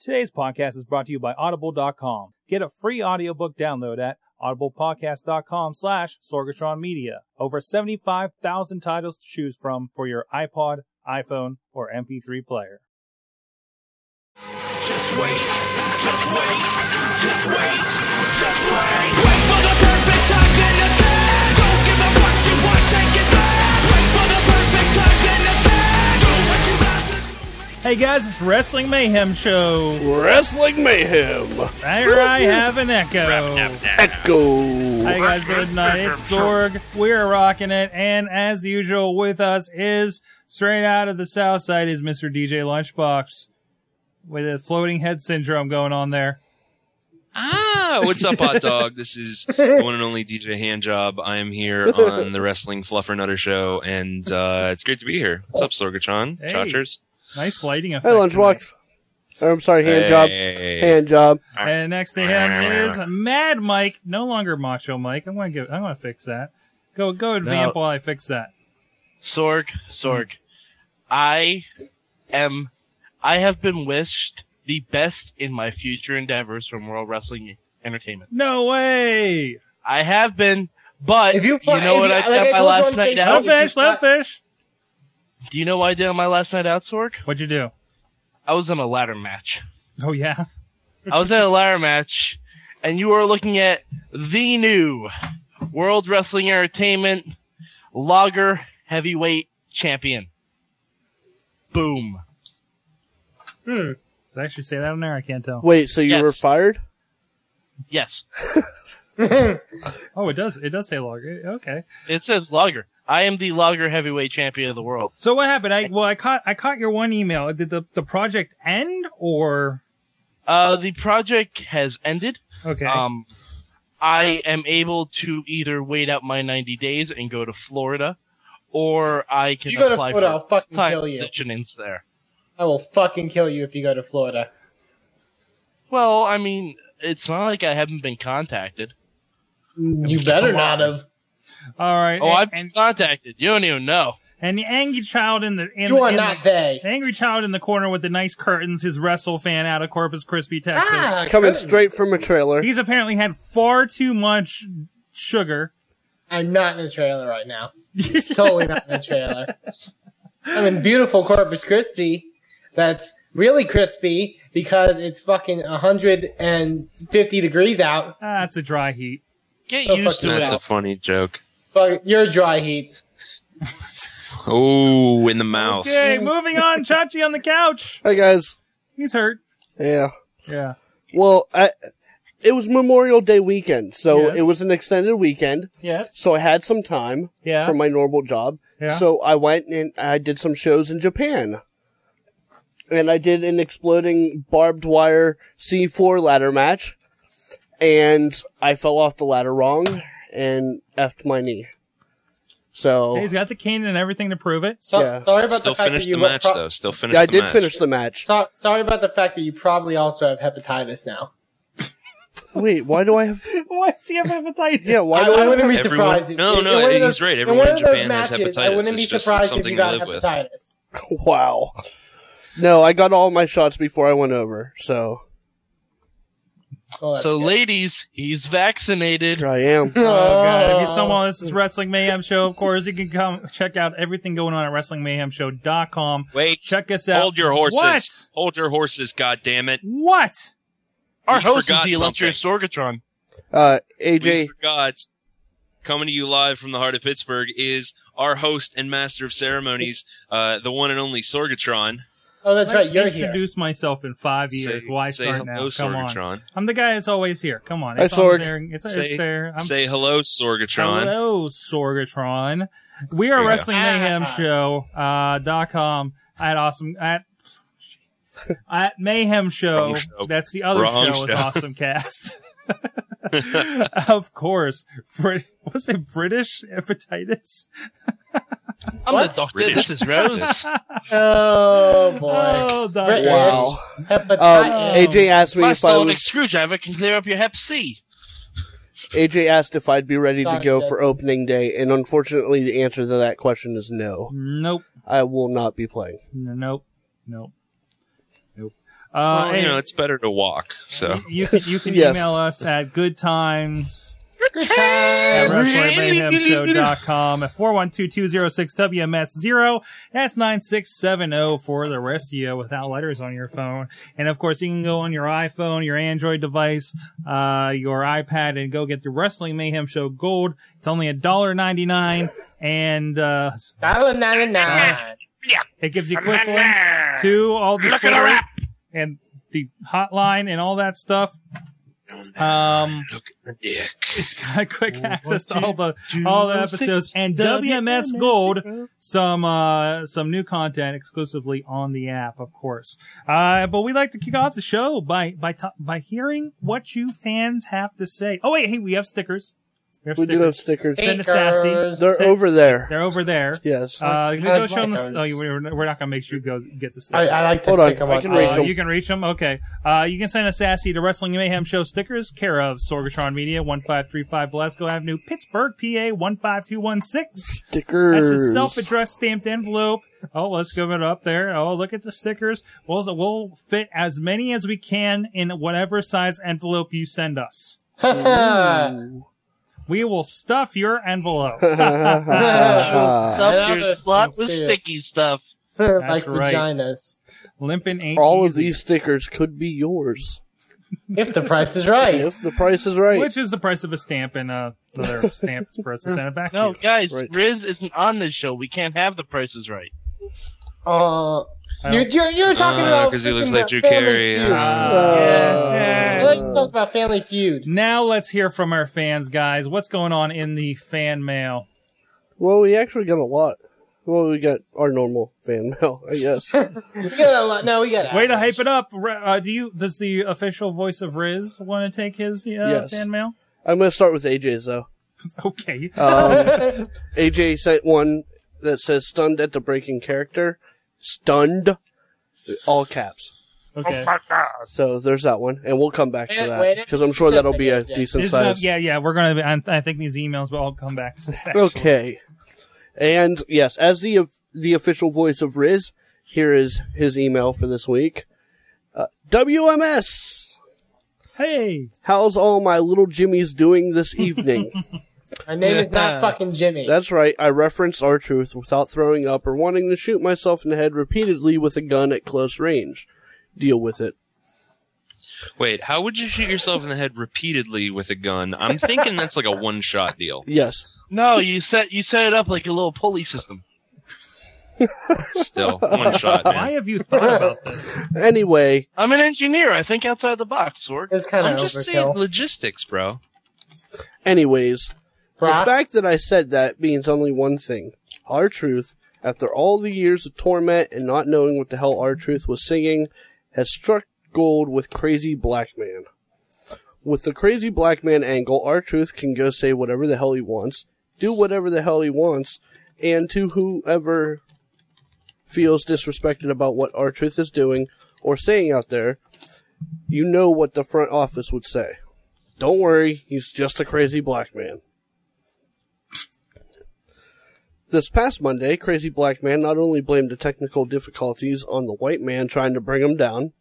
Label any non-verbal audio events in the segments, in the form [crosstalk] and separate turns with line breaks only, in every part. Today's podcast is brought to you by Audible.com. Get a free audiobook download at audiblepodcast.com slash Sorgatron Media. Over 75,000 titles to choose from for your iPod, iPhone, or MP3 player.
Just wait, just wait, just wait, just wait. Wait for the perfect time, then attack. Don't give up what you want, take it back. Wait for the perfect time, then attack. Do what you got to do.
Hey guys, it's Wrestling Mayhem Show.
Wrestling Mayhem.
There I have an echo. How
Echo.
you guys doing tonight? It's Sorg. We're rocking it, and as usual, with us is straight out of the South Side is Mr. DJ Lunchbox with a floating head syndrome going on there.
Ah, what's up, hot dog? This is the one and only DJ Handjob. I am here on the Wrestling Fluffer Nutter Show, and uh, it's great to be here. What's up, Sorgatron?
Hey.
Chachers?
Nice lighting effect.
Hey, Lunchbox. Oh, I'm sorry, hand job.
Hey.
Hand job.
tonight. And next to him is Mad Mike, no longer Macho Mike. I'm gonna give. I'm gonna fix that. Go go ahead,
No.
vamp while I fix that.
Sorg, Sorg, I am. I have been wished the best in my future endeavors from World Wrestling Entertainment.
No way.
I have been, but
If you
you
fi-
know what
if you-
I
like
did
I
on my
told
last
you on
night
Facebook-
out?
Let
That was
fish.
just
Let fish.
Do you know what I did on my last night out, Sorg?
What'd you do?
I was in a ladder match.
Oh yeah.
I was in a ladder match, and you are looking at the new World Wrestling Entertainment Lager Heavyweight Champion. Boom.
Does I actually say that on there? I can't tell.
Wait, so you
Yes.
were fired?
Yes,
Oh, it does. It does say log. Okay.
it says Lager. I am the Lager Heavyweight Champion of the world.
So what happened? I well, I caught I caught your one email. Did the the project end or
Uh, the project has ended.
okay?
Um, I am able to either wait out my 90 days and go to Florida, or I can
You go to
apply
Florida, I'll
for
fucking
time
kill you.
positionings there.
I will fucking kill you if you go to Florida.
Well, I mean, it's not like I haven't been contacted.
Mm,
You better not have.
All right.
Oh, I've
and,
been contacted. You don't even know.
and the angry child in the in,
You
the,
are
in
not
the,
they.
the angry child in the corner with the nice curtains. His wrestle fan out of Corpus Christi, Texas.
Ah,
Coming
good.
straight from a trailer.
He's apparently had far too much sugar.
I'm not in a trailer
[laughs]
right now. totally not in a trailer. I'm in beautiful Corpus Christi. That's really crispy because it's fucking 150 degrees out.
Ah, it's a dry heat.
Get
Oh,
used
fuck
to
no.
it.
That's
Wow.
a funny joke.
But you're dry heat.
Oh, in the mouth.
Okay, moving [laughs] on. Chachi on the couch.
Hi, guys.
He's hurt.
Yeah.
Yeah.
Well, I, it was Memorial Day weekend, so
Yes.
it was an extended weekend.
Yes.
So I had some time
Yeah.
from my normal job.
Yeah.
So I went and I did some shows in Japan. And I did an exploding barbed wire C4 ladder match. And I fell off the ladder wrong and effed my knee. So
Hey, he's got the cane and everything to prove it.
So,
Yeah.
Sorry about
Still
the fact
finished
that you
the match,
pro-
though. Still finished
yeah, I
the
did
match.
finish the match.
So, sorry about the fact that you probably also have hepatitis now.
Wait, why do I have?
[laughs]
[laughs]
Why does he have hepatitis?
Yeah, why
I,
do
I
I?
wouldn't be
Everyone-
surprised. if-
No,
in- in
no,
one of
he's
those-
right.
in
Everyone
one
in
of those
Japan has
matches,
hepatitis.
I wouldn't be
It's just
surprised if
something
you
to
got
live with.
hepatitis.
Wow. No, I got all my shots before I went over. So
Well, that's
So,
good.
ladies, he's vaccinated.
I am.
Oh god! If you stumble on this is Wrestling Mayhem Show, of course you can come check out everything going on at WrestlingMayhemShow.com.
Wait.
Check us out.
Hold your horses.
What?
Hold your horses, goddammit.
What?
Our
We
host is
forgot
the illustrious Sorgatron.
Uh,
We
AJ,
forgot. Coming to you live from the heart of Pittsburgh is our host and master of ceremonies, uh, the one and only Sorgatron.
Oh, that's
Let
right.
me
You're here.
introduce myself in five years.
Say,
Why
say
start now?
hello,
Come on.
Sorgatron.
I'm the guy that's always here. Come on.
Hi,
It's
Sorg.
on there. It's, it's
Say-
there. I'm
Say hello, Sorgatron.
Hello, Sorgatron. We are
Yeah.
Wrestling Mayhem
Ah.
Show uh, dot com at awesome
[laughs]
at at Mayhem Show.
Wrong show.
That's the other
Wrong
show,
show.
is Awesome
[laughs]
Cast. [laughs] of course, Brit- was it British hepatitis?
I'm
What?
the doctor.
British.
This is
[laughs]
Rose.
Oh boy.
Oh, the-
British.
wow. Um,
Hepatitis.
AJ asked me
My
if I
sonic
was.
screwdriver can clear up your Hep C.
AJ asked if I'd be ready to
Sorry,
go
Dad.
for opening day, and unfortunately, the answer to that question is no.
Nope.
I will not be playing.
Nope. Nope. Nope.
Well,
Uh,
you
and
know, it's better to walk. So
you can you can
Yes.
email us at good times
Good time.
at wrestlingmayhemshow.com at 412-206-WMS0. That's 9670 for the rest of you without letters on your phone. And of course, you can go on your iPhone, your Android device, uh, your iPad and go get the Wrestling Mayhem Show Gold. It's only a dollar ninety nine, and, uh,
Dollar ninety nine.
it gives you quick links to all the
Look at her
Twitter
app.
and the hotline and all that stuff. Um,
look at the dick.
It's got quick access to all the all the episodes and WMS Gold, some uh some new content exclusively on the app, of course. Uh, but we like to kick off the show by by to- by hearing what you fans have to say. Oh wait, hey, we have stickers. We have
We do have
stickers.
stickers.
Send us sassy.
Stickers.
They're
Send-
over there.
They're over there.
Yes.
Uh,
Let's-
go
I'd
show them.
like
The, oh,
those.
you- we're we're not gonna make sure you go get the
I,
stickers.
I like this
Hold on,
sticker
I
one.
can
I
reach
Uh,
like-
them.
you can reach them. Okay. Uh, you can send us sassy to Wrestling Mayhem Show stickers, care of Sorgatron Media, 1535 Blasco Avenue, Pittsburgh, PA, 15216. That's a
stickers. [laughs]
self-addressed [laughs] stamped envelope. Oh, let's give it up there. Oh, look at the stickers. We'll, we'll fit as many as we can in whatever size envelope you send us. We will stuff your envelope.
[laughs] Uh,
Stuff your
Another
slut
thing,
with
too.
sticky stuff.
[laughs] like
right.
vaginas.
Limpin' ain't
All of
easy.
these stickers could be yours
If the price is right.
if the price is right.
Which is the price of a stamp and uh, another stamp for us to send it back
No,
to. you.
guys,
Right.
Riz isn't on this show. We can't have the prices right.
Uh, you're, you're, you're talking
Uh,
about
'cause he looks
freaking
like Drew
Family
Carey,
Feud.
uh,
I
Yeah.
like to talk about Family Feud.
Now let's hear from our fans, guys. What's going on in the fan mail?
Well, we actually got a lot. Well, we got our normal [laughs] fan mail, I guess.
We got a lot. No, we got.
Way to
hours.
hype it up. Re- Uh, do you? Does the official voice of Riz want to take his uh,
Yes.
fan
[laughs]
mail?
I'm going to start with AJ's, though.
Okay.
Um, AJ sent one that says stunned at the breaking character. Stunned. All caps.
Okay.
So there's that one. And we'll come back
Wait,
to that.
wait, it's
Because I'm sure that'll be a
just-
decent
Is that-
size.
yeah, yeah. We're gonna. Be, I, I think these emails, but I'll come back to that. actually.
[laughs] Okay. And yes, as the of- the official voice of Riz, here is his email for this week. Uh, WMS,
Hey.
how's all my little Jimmies doing this evening?
My name is not fucking Jimmy.
That's right, I referenced our truth without throwing up or wanting to shoot myself in the head repeatedly with a gun at close range. Deal with it.
Wait, how would you shoot yourself in the head repeatedly with a gun? I'm thinking that's like a one shot deal.
Yes.
No, you set you set it up like a little pulley system.
[laughs]
Still, one shot,
Why
man.
have you thought about this?
Anyway,
I'm an engineer. I think outside the box, Sorg.
It's kind
I'm
of
just saying
overkill.
logistics, bro.
anyways,
Brock,
The fact that I said that means only one thing. Our Truth, after all the years of torment and not knowing what the hell Our Truth was singing, has struck gold with Crazy Black Man. With the Crazy Black Man angle, Our Truth can go say whatever the hell he wants, do whatever the hell he wants, and to whoever feels disrespected about what Our Truth is doing or saying out there, you know what the front office would say. Don't worry, he's just a crazy black man. This past Monday, Crazy Black Man not only blamed the technical difficulties on the white man trying to bring him down,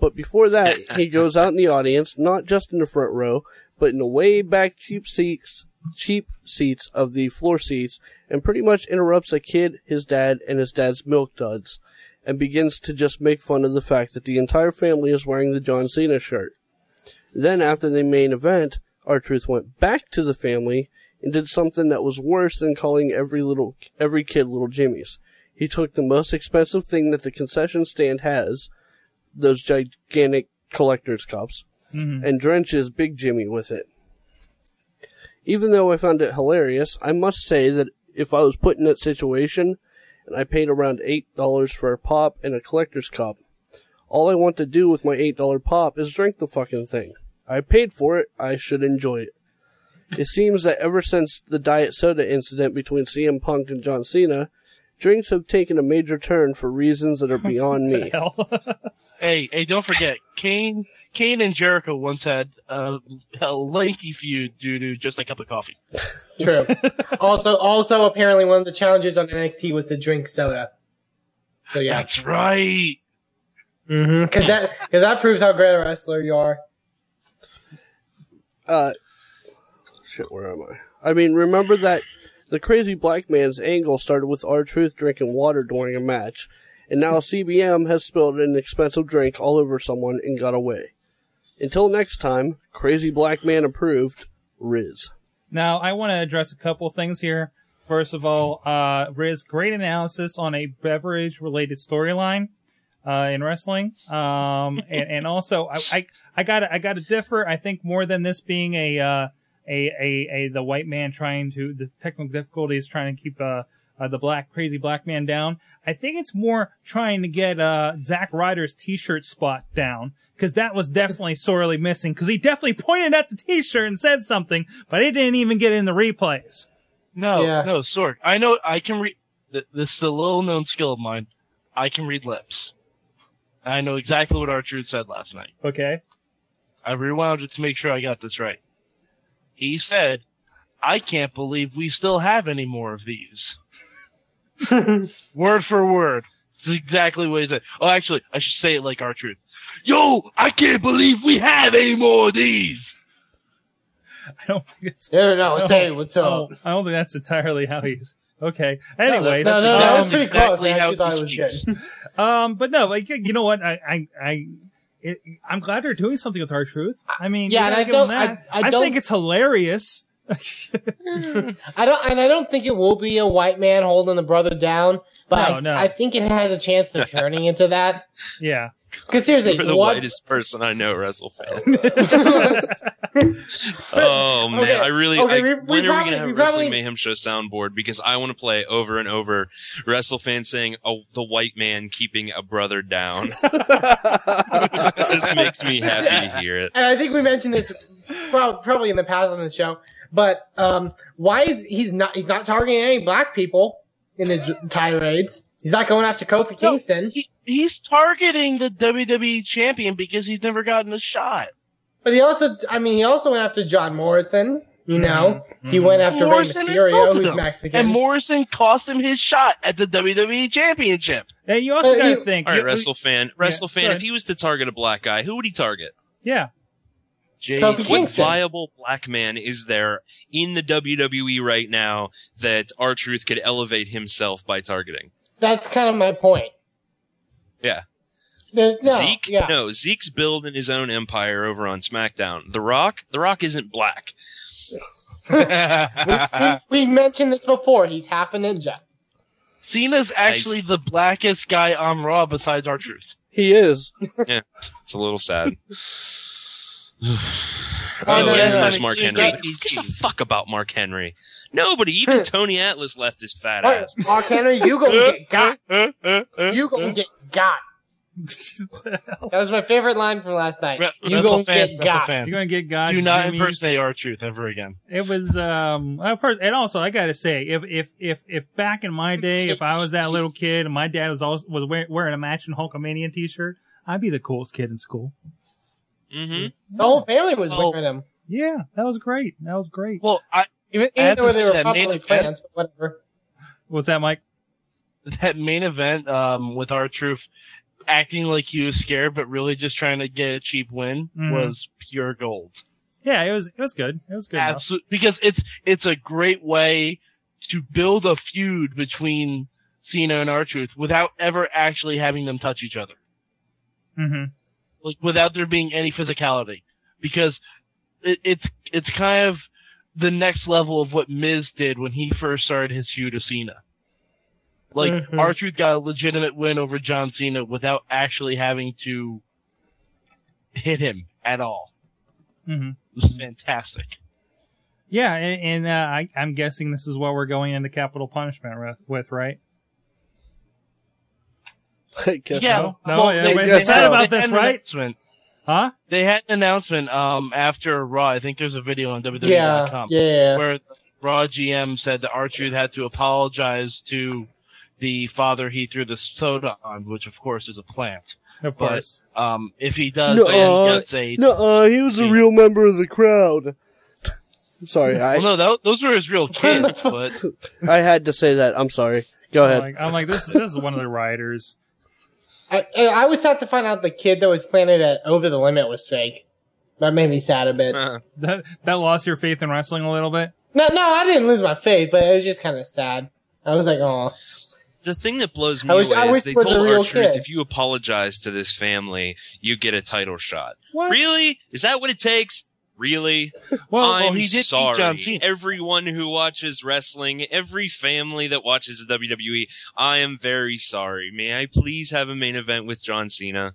but before that, he goes out in the audience, not just in the front row, but in the way back cheap seats, cheap seats of the floor seats, and pretty much interrupts a kid, his dad, and his dad's milk duds, and begins to just make fun of the fact that the entire family is wearing the John Cena shirt. Then, after the main event, our truth went back to the family and did something that was worse than calling every little every kid little Jimmy's. He took the most expensive thing that the concession stand has, those gigantic collector's cups, and drenches Big Jimmy with it. Even though I found it hilarious, I must say that if I was put in that situation and I paid around eight dollars for a pop and a collector's cup, all I want to do with my eight dollar pop is drink the fucking thing. I paid for it, I should enjoy it. It seems that ever since the diet soda incident between CM Punk and John Cena, drinks have taken a major turn for reasons that are beyond me.
Hell.
Hey, hey, don't forget, Kane, Kane and Jericho once had a, a lanky feud due to just a cup of coffee.
true. also, also apparently one of the challenges on NXT was to drink soda. So yeah,
That's right.
Mm-hmm. Because that, cause that proves how great a wrestler you are.
Uh, shit, where am I? I mean, remember that the crazy black man's angle started with R Truth drinking water during a match, and now CBM has spilled an expensive drink all over someone and got away. Until next time, crazy black man approved, Riz.
Now, I want to address a couple things here. First of all, uh, Riz, great analysis on a beverage related storyline uh, in wrestling. Um, and, and also, I, I, I gotta, I gotta differ. I think more than this being a, uh, a, a, a, the white man trying to, the technical difficulties trying to keep, uh, uh, the black, crazy black man down. I think it's more trying to get, uh, Zack Ryder's t-shirt spot down. Cause that was definitely sorely missing. Cause he definitely pointed at the t-shirt and said something, but it didn't even get in the replays.
No,
Yeah.
no, Sorg. I know I can read. This is a little known skill of mine. I can read lips. I know exactly what R Truth said last night.
Okay.
I rewound it to make sure I got this right. He said, I can't believe we still have any more of these. word for word. That's exactly what he said. Oh, actually, I should say it like R Truth. Yo, I can't believe we have any more of these.
I don't think it's.
No, no, no, say what's
Oh,
up.
I don't think that's entirely how he's. Okay. Anyways,
No, no, that was
Um,
pretty close.
exactly
I
how
actually thought it
he
was
speaks.
good.
um, but no, like you know what, I, I, I, it, I'm glad they're doing something with our truth. I mean,
Yeah,
you
and
gotta
I
give 'em
don't-
that.
I- I don't-
think it's hilarious. [laughs]
I don't, and I don't think it will be a white man holding the brother down, but
No,
I,
no.
I think it has a chance of turning into that.
yeah,
Because seriously,
You're the
what?
whitest person I know, wrestle
[laughs]
fan. oh man,
Okay,
I really.
okay,
I,
we- we
when are we
probably-
gonna have
we
a wrestling
probably-
mayhem show soundboard? Because I want to play over and over wrestle fan saying oh, the white man keeping a brother
[laughs]
down. it just makes me happy to hear it.
and I think we mentioned this prob- probably in the past on the show, but um, why is he's not he's not targeting any black people in his tirades? He's not going after Kofi
No,
Kingston,
He, he's targeting the WWE champion because he's never gotten a shot.
but he also I mean he also went after John Morrison. You know, he went after
Morrison
Rey
insulted
Mysterio, who's
him.
Mexican.
And Morrison cost him his shot at the WWE Championship.
and you also
But
gotta
you-
think.
All right,
you-
wrestle fan, wrestle
go
fan.
ahead.
If he was to target a black guy, who would he target?
Yeah, [laughs]
Kofi
What
Kingston.
viable black man is there in the WWE right now that R Truth could elevate himself by targeting?
That's kind of my point.
Yeah.
There's no
Zeke?
yeah.
No, Zeke's building his own empire over on SmackDown. The Rock? The Rock isn't black.
Cena's
We, we mentioned this before. He's half a ninja.
actually the blackest guy on Raw besides our truth.
he is. [laughs]
It's a little sad. [sighs]
I
oh,
know,
and
that's
then there's
funny.
Mark
You
Henry.
got-
Who gives a fuck about Mark Henry? Nobody,
[laughs]
even Tony Atlas left his fat
Mark,
ass.
Mark Henry, you gonna
[laughs]
get got. You gonna get got. That was my favorite line from last night.
Re-
you
wrestle
gonna
fan,
get
wrestle
got.
fan.
you're gonna get God.
Do not
Jimmy's.
impersonate our truth ever again.
It was um well, first, and also I gotta say, if if if if back in my day, if I was that little kid and my dad was always, was wearing, wearing a matching Hulkamania t-shirt, I'd be the coolest kid in school.
hmm
The whole family was
Oh.
wearing him.
Yeah, that was great. That was great.
Well, I,
Even,
I
even
have
though
to
they
say
were
that
probably
main event-
plans, but whatever.
What's that, Mike?
that main event um, with our truth acting like he was scared but really just trying to get a cheap win
Mhm.
Mm-hmm.
was pure gold.
Yeah, it was it was good. It was good. enough.
Absolutely, because it's it's a great way to build a feud between Cena and R Truth without ever actually having them touch each other,
hmm
like without there being any physicality, because it, it's it's kind of the next level of what Miz did when he first started his feud with Cena. Like
Mhm.
Mm-hmm.
R Truth got a legitimate win over John Cena without actually having to hit him at all.
hmm
It was fantastic.
Yeah, and, and uh, I, I'm guessing this is what we're going into capital punishment with, with right?
I [laughs] guess
Yeah.
No,
No,
no,
well,
everybody's
guess
sad
so.
about
They
this,
had an
right?
announcement.
Huh?
They had an announcement um, after Raw. I think there's a video on
Yeah,
WWE.com
yeah.
where Raw GM said that R-Truth had to apologize to the father he threw the soda on, which of course is a plant.
Of course.
Um, if he does,
No,
then
uh,
he gets a-
No, uh, he was a real member of the crowd. sorry,
Well,
I
no, tho- those were his real kids, but
I had to say that. I'm sorry. Go
I'm
Oh
ahead.
like, I'm like, this this is one of the writers.
I, I I was sad to find out the kid that was planted at Over the Limit was fake. That made me sad a bit.
Uh,
[laughs] That that lost your faith in wrestling a little bit.
No, no, I didn't lose my faith, but it was just kind of sad. I was like, oh,
the thing that blows me
I wish-
away
I
is
wish
they
it was
told
a real
our truth.
kid.
If you apologize to this family, you get a title shot.
What?
Really? Is that what it takes? Really?
Well,
well,
I'm
he did beat John
sorry.
Cena.
Everyone who watches wrestling, every family that watches the WWE, I am very sorry. May I please have a main event with John Cena?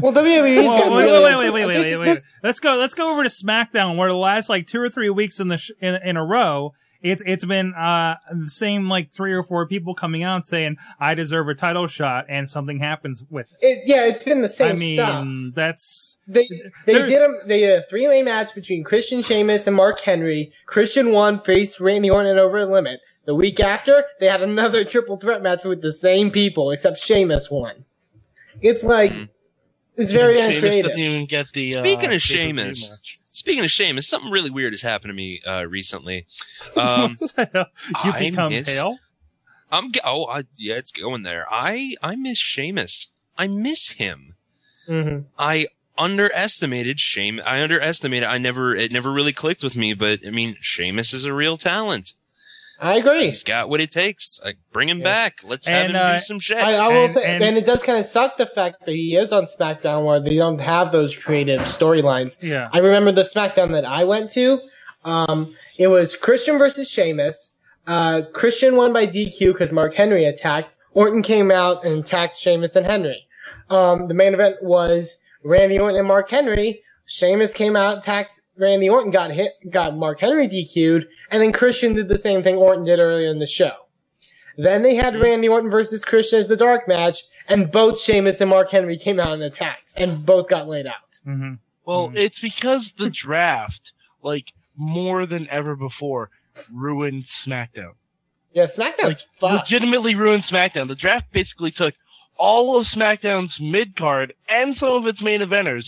well, [laughs] WWE's
Whoa,
got
wait,
really-
wait, wait, wait, wait,
This-
wait,
this-
wait. Let's go. Let's go over to SmackDown, where the last like two or three weeks in the sh- in, in a row, it's it's been uh the same like three or four people coming out saying I deserve a title shot, and something happens with it.
It, yeah, it's been the same
I mean,
stuff.
that's
They they
there-
did a they did a three way match between Christian Sheamus and Mark Henry. Christian won, faced Randy Orton at Over the Limit. The week after, they had another [laughs] triple threat match with the same people, except Sheamus won. It's like it's very
Hmm. Sheamus
uncreative.
doesn't even get the, uh,
Speaking of
pay-per-view
Sheamus.
match.
Speaking of Sheamus, something really weird has happened to me uh, recently. Um,
what the hell? You
I
become
miss-
pale.
I'm g- oh I, yeah, it's going there. I I miss Sheamus. I miss him.
Mhm.
I underestimated Shame. I underestimated. I never it never really clicked with me. But I mean, Sheamus is a real talent.
I agree.
He's got what it takes. Like, bring him
Yeah.
back. Let's
And,
have him
uh,
do some shit.
I, I will
And-
say,
and-
and, it does kind of suck the fact that he is on SmackDown where they don't have those creative storylines.
Yeah.
I remember the SmackDown that I went to. Um, it was Christian versus Sheamus. Uh, Christian won by DQ because Mark Henry attacked. Orton came out and attacked Sheamus and Henry. Um, the main event was Randy Orton and Mark Henry. Sheamus came out, attacked Randy Orton, got hit, got Mark Henry DQ'd, and then Christian did the same thing Orton did earlier in the show. Then they had Randy Orton versus Christian as the dark match, and both Sheamus and Mark Henry came out and attacked, and both got laid out.
Mm.
hmm
Well,
Mhm.
it's because the draft, like more than ever before, ruined SmackDown.
Yeah, SmackDown's fucked.
Legitimately ruined SmackDown. The draft basically took all of SmackDown's mid card and some of its main eventers,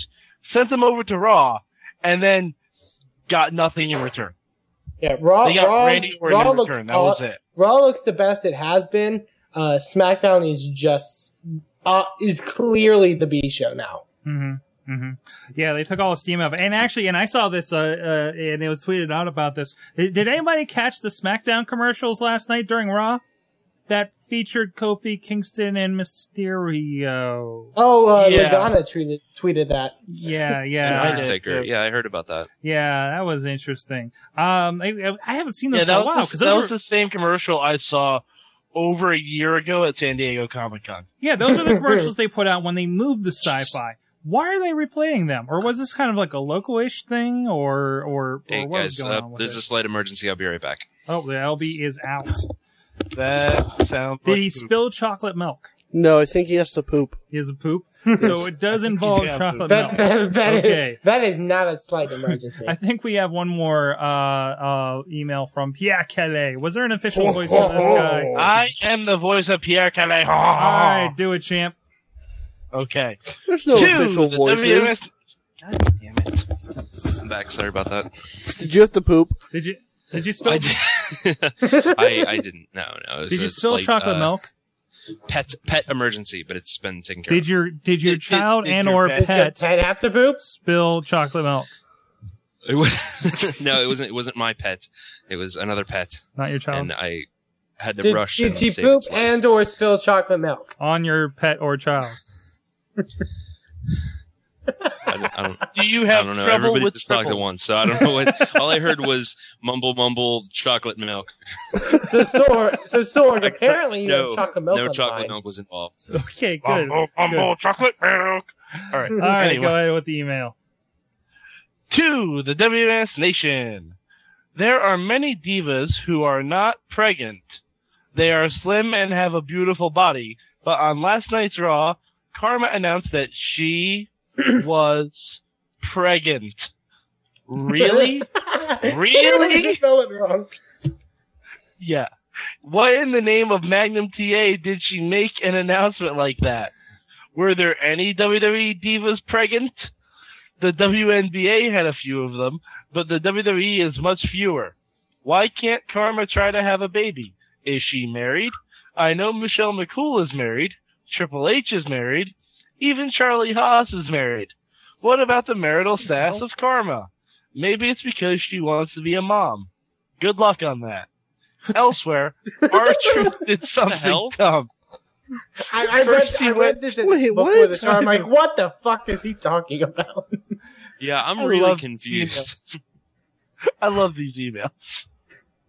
sent them over to Raw, and then got nothing in return.
Yeah, Raw,
They got
Raw's-
Randy Orton
Raw
in
looks
return. That was
aw-
it.
Raw looks the best it has been. Uh, SmackDown is just uh, is clearly the B show now.
hmm hmm Yeah, they took all the steam out. of it. And actually, and I saw this, uh, uh, and it was tweeted out about this. Did did anybody catch the SmackDown commercials last night during Raw that featured Kofi Kingston and Mysterio?
Oh, uh,
Yeah.
Madonna tweeted tweeted that.
Yeah,
And
yeah,
[laughs] I did.
Undertaker. Yeah, I heard about that.
yeah. That was interesting. Um, I, I haven't seen
Yeah,
those
that
for a
was,
while
the,
because
that
those
was
were,
the same commercial I saw over a year ago at San Diego Comic Con.
yeah, those
[laughs]
were the commercials they put out when they moved the sci-fi. Why are they replaying them? Or was this kind of like a local-ish thing, or or, or
Hey
what was
guys,
going
uh,
on with
there's
it?
a slight emergency. I'll be right back.
Oh, the LB is
[laughs]
out.
That sounds.
Did
like
he
poop.
spill chocolate milk?
No, I think he has to poop.
He has a poop. So it does involve
Yeah,
chocolate milk.
That, that, that is-
Okay.
that is not a slight
[laughs]
emergency.
I think we have one more uh, uh, email from Pierre Calais. Was there an official
Oh,
voice for this guy?
I am the voice of Pierre Calais.
All right, do it, champ.
Okay.
There's no
Two,
official
the
voices.
WMS God damn it.
I'm back. Sorry about that.
Did you have to poop?
Did you did you spill
I,
did,
did, [laughs] I, I didn't. No, no. It was
you
a
spill
slight,
chocolate
uh,
milk?
Pet pet emergency, but it's been taken care
Did your did your
Did- did-
child
did
and
your
or
pet-
pet
Ted after poops.
spill chocolate milk?
of. It was [laughs] no, it wasn't. It wasn't my pet. It was another pet.
Not your child.
and I had to
Did,
rush.
did
and
she
save
poop
its life.
and or spill chocolate milk?
On your pet or
[laughs]
child.
I don't, I don't,
Do you
I
have
don't know.
trouble
Everybody
with
just talked at
triple?
once, so I don't know [laughs] what. all I heard was mumble, mumble, chocolate milk.
So Sorg, so Sorg, apparently you
no,
have chocolate milk.
no
on
chocolate
mine.
milk was involved.
Okay, good.
Mumble, mumble, chocolate milk.
[laughs]
All right.
All right,
anyway.
go ahead with the email.
To the WMS Nation. There are many divas who are not pregnant. They are slim and have a beautiful body. But on last night's Raw, Karma announced that she was pregnant.
[laughs]
Really? Really?
You [laughs] spell it wrong.
Yeah. What in the name of Magnum TA did she make an announcement like that? Were there any WWE divas pregnant? The WNBA had a few of them, but the WWE is much fewer. Why can't Karma try to have a baby? Is she married? I know Michelle McCool is married. Triple H is married. Even Charlie Haas is married. What about the marital status of Karma? Maybe it's because she wants to be a mom. Good luck on that. Elsewhere, our truth did something
hell?
dumb.
I, I, read, I read this in
Wait,
before
what?
the show. I'm like, what the fuck is he talking about?
[laughs] Yeah, I'm
I
really
love
confused.
I love these emails. [laughs]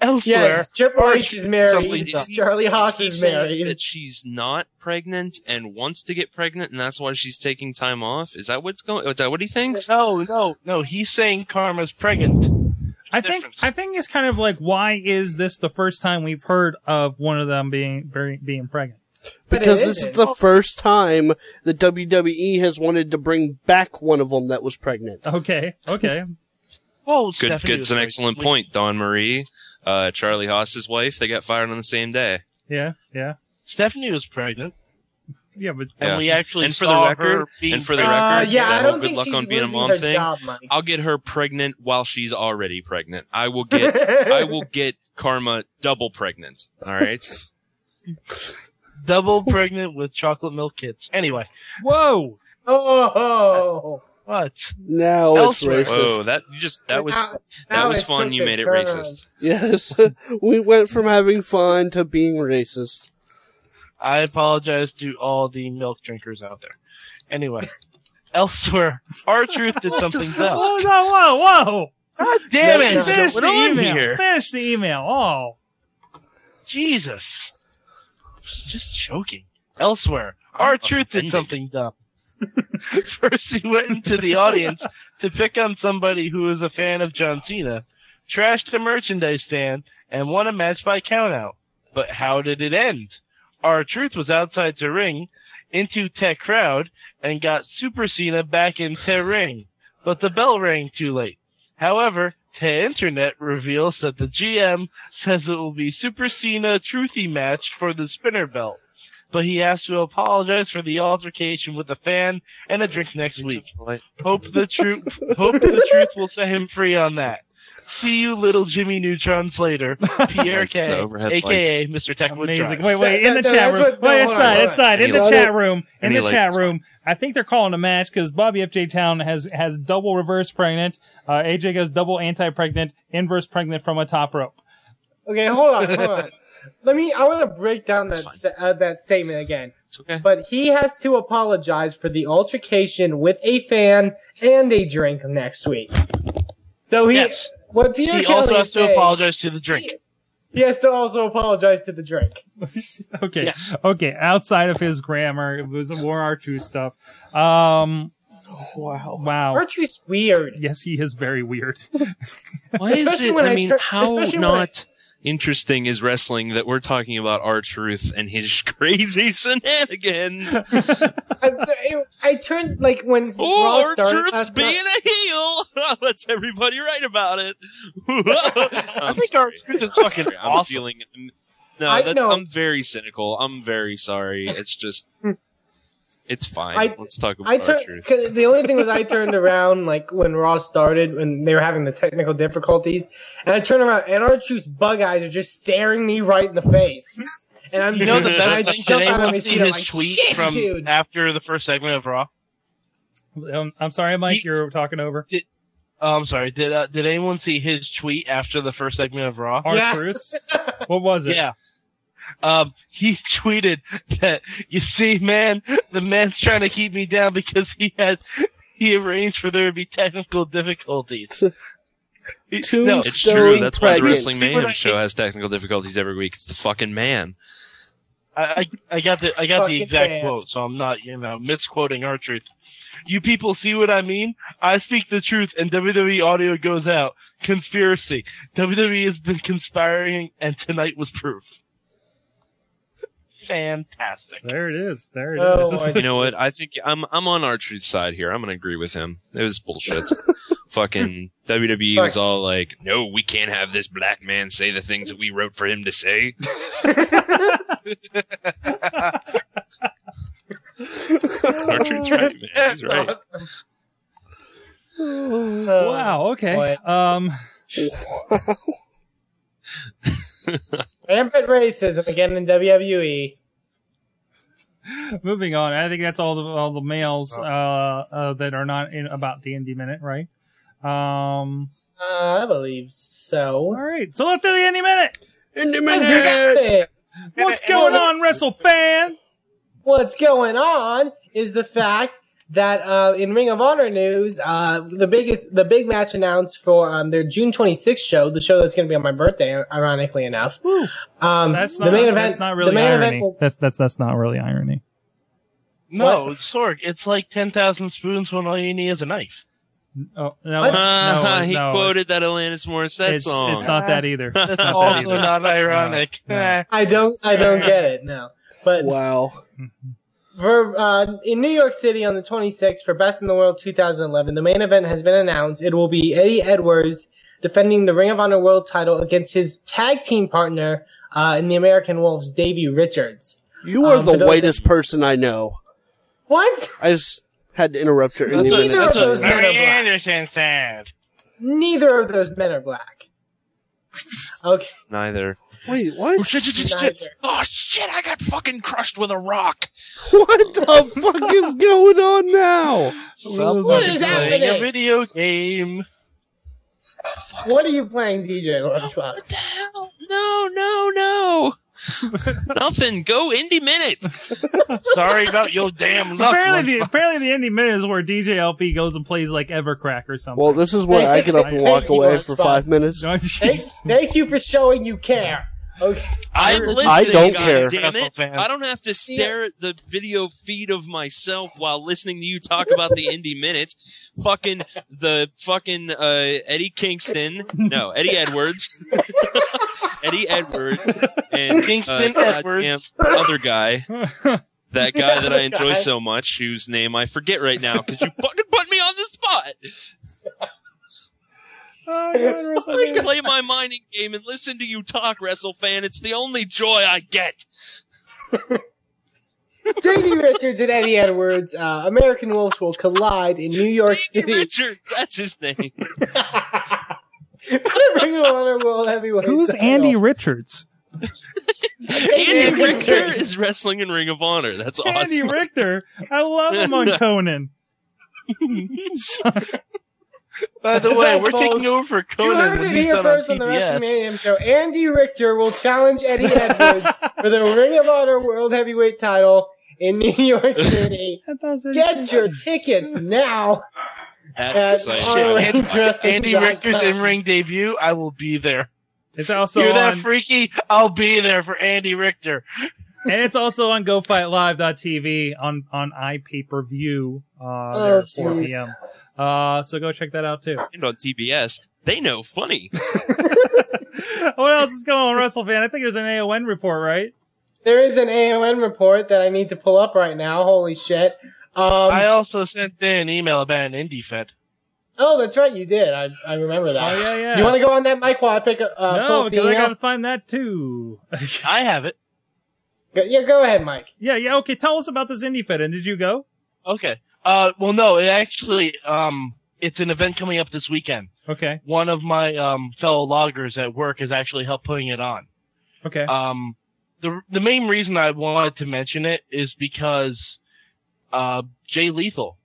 Elsewhere,
Yes, Triple
Or
H is married.
somebody- is he-
Charlie Haas
Is he
is
saying
married.
that she's not pregnant and wants to get pregnant, and that's why she's taking time off. Is that what's going? Is that what he thinks?
no, no, no. He's saying Karma's pregnant.
I think
difference.
I think it's kind of like why is this the first time we've heard of one of them being very- being pregnant?
But it
Because this is
isn't.
the first time the WWE has wanted to bring back one of them that was pregnant.
Okay,
[laughs]
okay,
Well,
Good,
Stephanie
good. It's
was
an
right.
excellent
We-
point, Don Marie. Uh, Charlie Haas's wife. They got fired on the same day.
yeah, yeah,
Stephanie was pregnant,
yeah. But
and
Yeah.
we actually
And for the
saw
record-
her being
and for the
pregnant.
Uh,
record,
yeah,
that
I
whole
don't
good
think
luck
she's
on being a
losing
mom
her
thing.
Job, Mike.
I'll get her pregnant while she's already pregnant. I will get.
[laughs]
I will get Karma double pregnant.
[laughs]
All right.
double pregnant with chocolate milk kids. Anyway,
whoa,
Oh,
what?
Now
Elsewhere.
it's racist.
Whoa, that you just that was
Now-
that
now
was
it's
fun.
took
You
a
made it
turn.
racist.
Yes, [laughs] we went from having fun to being racist.
I apologize to all the milk drinkers out there. Anyway, [laughs] elsewhere, our truth did something dumb.
whoa, no, whoa, whoa!
God damn
What is
it,
Finish the
going on
email.
here?
Finish the email. Oh,
Jesus! Just joking. Elsewhere, our truth did
offended.
something dumb. [laughs] First, he went into the audience to pick on somebody who was a fan of John Cena, trashed a merchandise stand, and won a match by countout. But how did it end? Our truth was outside the ring, into Tech crowd, and got Super Cena back in Te ring. But the bell rang too late. However, Te Internet reveals that the GM says it will be Super Cena Truthy match for the spinner belt. But he has to apologize for the altercation with the fan and a drink next week. Hope the truth hope the truth will set him free on that. See you little Jimmy Neutrons later. Pierre K,
The overhead
aka Mr. Tech Wood
amazing.
Drive.
Wait, wait, in the
That- that-
chat
that's
room.
what- no,
wait,
hold on,
aside,
hold on.
aside, in
And
the
he-
chat room, in
and he
the chat
likes-
room. I think they're calling a match because Bobby FJ Town has has double reverse pregnant. Uh, AJ goes double anti pregnant, inverse pregnant from a top rope. [laughs]
okay, hold on, hold on. Let me. I want to break down that
That's
sta- uh, that statement again.
[laughs]
It's okay.
But he has to apologize for the altercation with a fan and a drink next week. So he,
Yes.
what Pierre
He
Kelly
also
is
has to
saying,
apologize to the drink.
He has to also apologize to the drink.
okay, okay. Outside of his grammar, it was more our true stuff. Um,
Wow.
wow.
Archie's weird.
Yes, he is very weird. [laughs]
Why is
Especially
it?
when
I
I
mean,
tur-
how
especially when I-
not interesting is wrestling that we're talking about our truth and his [laughs] crazy shenanigans?
I, I, I turned like when Raw
Oh, our
started
truth's
last
being
night-
a heel. [laughs] Let's everybody write about it. [laughs]
I
i
think our truth
[laughs]
is fucking
I'm
awesome.
feeling. No,
I
that's,
know. Hmm.
I'm very cynical. I'm very sorry. It's
[laughs]
just, it's fine.
I-
Let's talk about
I
our
turned.
truth.
The only thing was I turned around like when Raw started when they were having the technical difficulties, and I turned around and our Truth's bug eyes are just staring me right in the face, and I'm
You know the
and I
best thing?
jump
Did
out of my
anyone see
seat. I'm
his
like,
tweet
shit,
from
dude.
after the first segment of Raw?
Um, I'm sorry, Mike, you're talking over.
Oh, I'm sorry. Did uh, did anyone see his tweet after the first segment of Raw?
Our
Yes.
truths.
[laughs]
What was it?
Yeah. Um, he tweeted that you see, man, the man's trying to keep me down because he has he arranged for there to be technical difficulties. He- no,
Tombstone
It's true. That's why the
pregnant.
Wrestling
See what I
Mayhem show
mean?
has technical difficulties every week. It's the fucking man.
I, I I got the I got the
Fucking
exact
bad.
quote, so I'm not you know misquoting our truth. You people see what I mean? I speak the truth, and WWE audio goes out. Conspiracy. WWE has been conspiring, and tonight was proof. Fantastic.
There it is. There it is. [laughs]
Oh, my
You know what? I think I'm I'm on our truth side here. I'm gonna agree with him. It was
[laughs]
bullshit. Fucking WWE was all like, "No, we can't have this black man say the things that we wrote for him
[laughs]
to say." our truth's right, man. He's right.
Awesome. Oh.
wow. Okay.
What?
Um.
E. Rampant racism again in WWE.
Moving on, I think that's all the all the mails uh, uh, that are not in about D and D minute, right? Um.
Uh, I believe
All
so.
right, so let's do the indie minute.
Indie
Let's do that
minute.
thing.
What's going on, Wrestle fan?
What's going on is the fact that uh, in Ring of Honor news, uh, the biggest, the big match announced for um, their June 26th show, the show that's going to be on my birthday, ironically enough.
Woo.
Um,
That's not,
the main event.
that's not really
the main
irony.
event will-
that's that's that's not really irony.
No,
What?
it's Sorg. It's like 10,000 spoons when all you need is
[laughs]
a knife.
Oh no,
What?
it's- no,
Uh, [laughs] he
no,
quoted that Alanis Morissette
It's,
song.
it's not that either. It's not
That's
that
also
either.
not ironic.
No.
Eh.
I don't, I don't get it now. But
Wow.
For, uh, in New York City on the 26th for Best in the World 2011, the main event has been announced. It will be Eddie Edwards defending the Ring of Honor World title against his tag team partner uh, in the American Wolves, Davey Richards.
You are
Um, for
the
those
whitest person I know.
What?
I just had to interrupt your indie
Neither of
minute.
those men are
Very
black.
Anderson sound.
Neither of those men are black. Okay.
Neither.
Wait, what?
Oh shit, shit, shit, shit.
Neither.
Oh shit, I got fucking crushed with a rock.
What the fuck is going on now?
What is
Playing a
happening?
video game.
What are you playing, DJ? Lunchbox?
What the hell? No, no, no. [laughs] Nothing. Go indie minute.
Sorry about your damn luck.
Apparently, the,
Lunchbox.
apparently the indie minute is where DJ LP goes and plays like Evercrack or something.
Well, this is where I get up and walk away for five minutes.
No,
Thank,
jeez.
thank you for showing you care. Okay.
I'm
I
listening.
don't
God
care.
Damn it!
Fans.
I don't have to stare at the video feed of myself while listening to you talk about the [laughs] indie minute. Fucking the fucking uh, Eddie Kingston. No, Eddie Edwards. [laughs] Eddie Edwards and
Kingston
uh,
Edwards.
goddamn other guy. That guy that I enjoy
Guy.
so much, whose name I forget right now, because you fucking put me on the spot.
Oh, God, Wrestle
I
Fan.
can play my mining game and listen to you talk, Wrestle fan. It's the only joy I get.
Davey Richards and Eddie Edwards, uh, American Wolves will collide in New York
Davey
City.
Richards, that's his name.
[laughs] Ring of Honor World Heavyweight.
[laughs] Who's
title.
Andy Richards?
Andy
Andy
Richter
Richter.
is wrestling in Ring of Honor. That's awesome.
Andy Richter. I love him
[laughs]
on Conan. [laughs]
By the
It's
way,
all
we're
false.
taking over for
You
Conan.
heard
when
it
he's
here
done
first on
on
the
TBS.
WrestleMania show. Andy Richter will challenge Eddie Edwards
[laughs]
for the Ring of Honor World Heavyweight title in New York City.
That doesn't-
Get your tickets now. at
That's exciting.
Arlo
I-
Andy,
Interesting
Andy
dot
Richter's
com.
in ring debut. I will be there.
It's also
You're that
on,
freaky? I'll be there for Andy Richter.
and it's also on GoFightLive.tv on on iPay-per-view uh,
Oh,
there at 4
jeez.
p.m. Uh, so go check that out too. [laughs]
and on TBS, they know
[laughs]
funny.
what else is going on, Wrestle fan? I think there's an AON report, right?
There is an AON report that I need to pull up right now. Holy shit. Um,
I also sent Dan an email about an indie fed.
oh, that's right, you did. I, I remember that.
Oh yeah, yeah.
You want to go on that mic while I pick up? Uh,
no,
pull up the
because I
email?
gotta find that too. [laughs]
I have it.
Go- yeah, go ahead, Mike. [laughs]
yeah, yeah. Okay, tell us about this indie fit. And did you go?
Okay. Uh, well, no, it actually, um, it's an event coming up this weekend.
Okay,
One of my um, fellow loggers at work has actually helped putting it on.
okay.
Um, the the main reason I wanted to mention it is because uh, Jay Lethal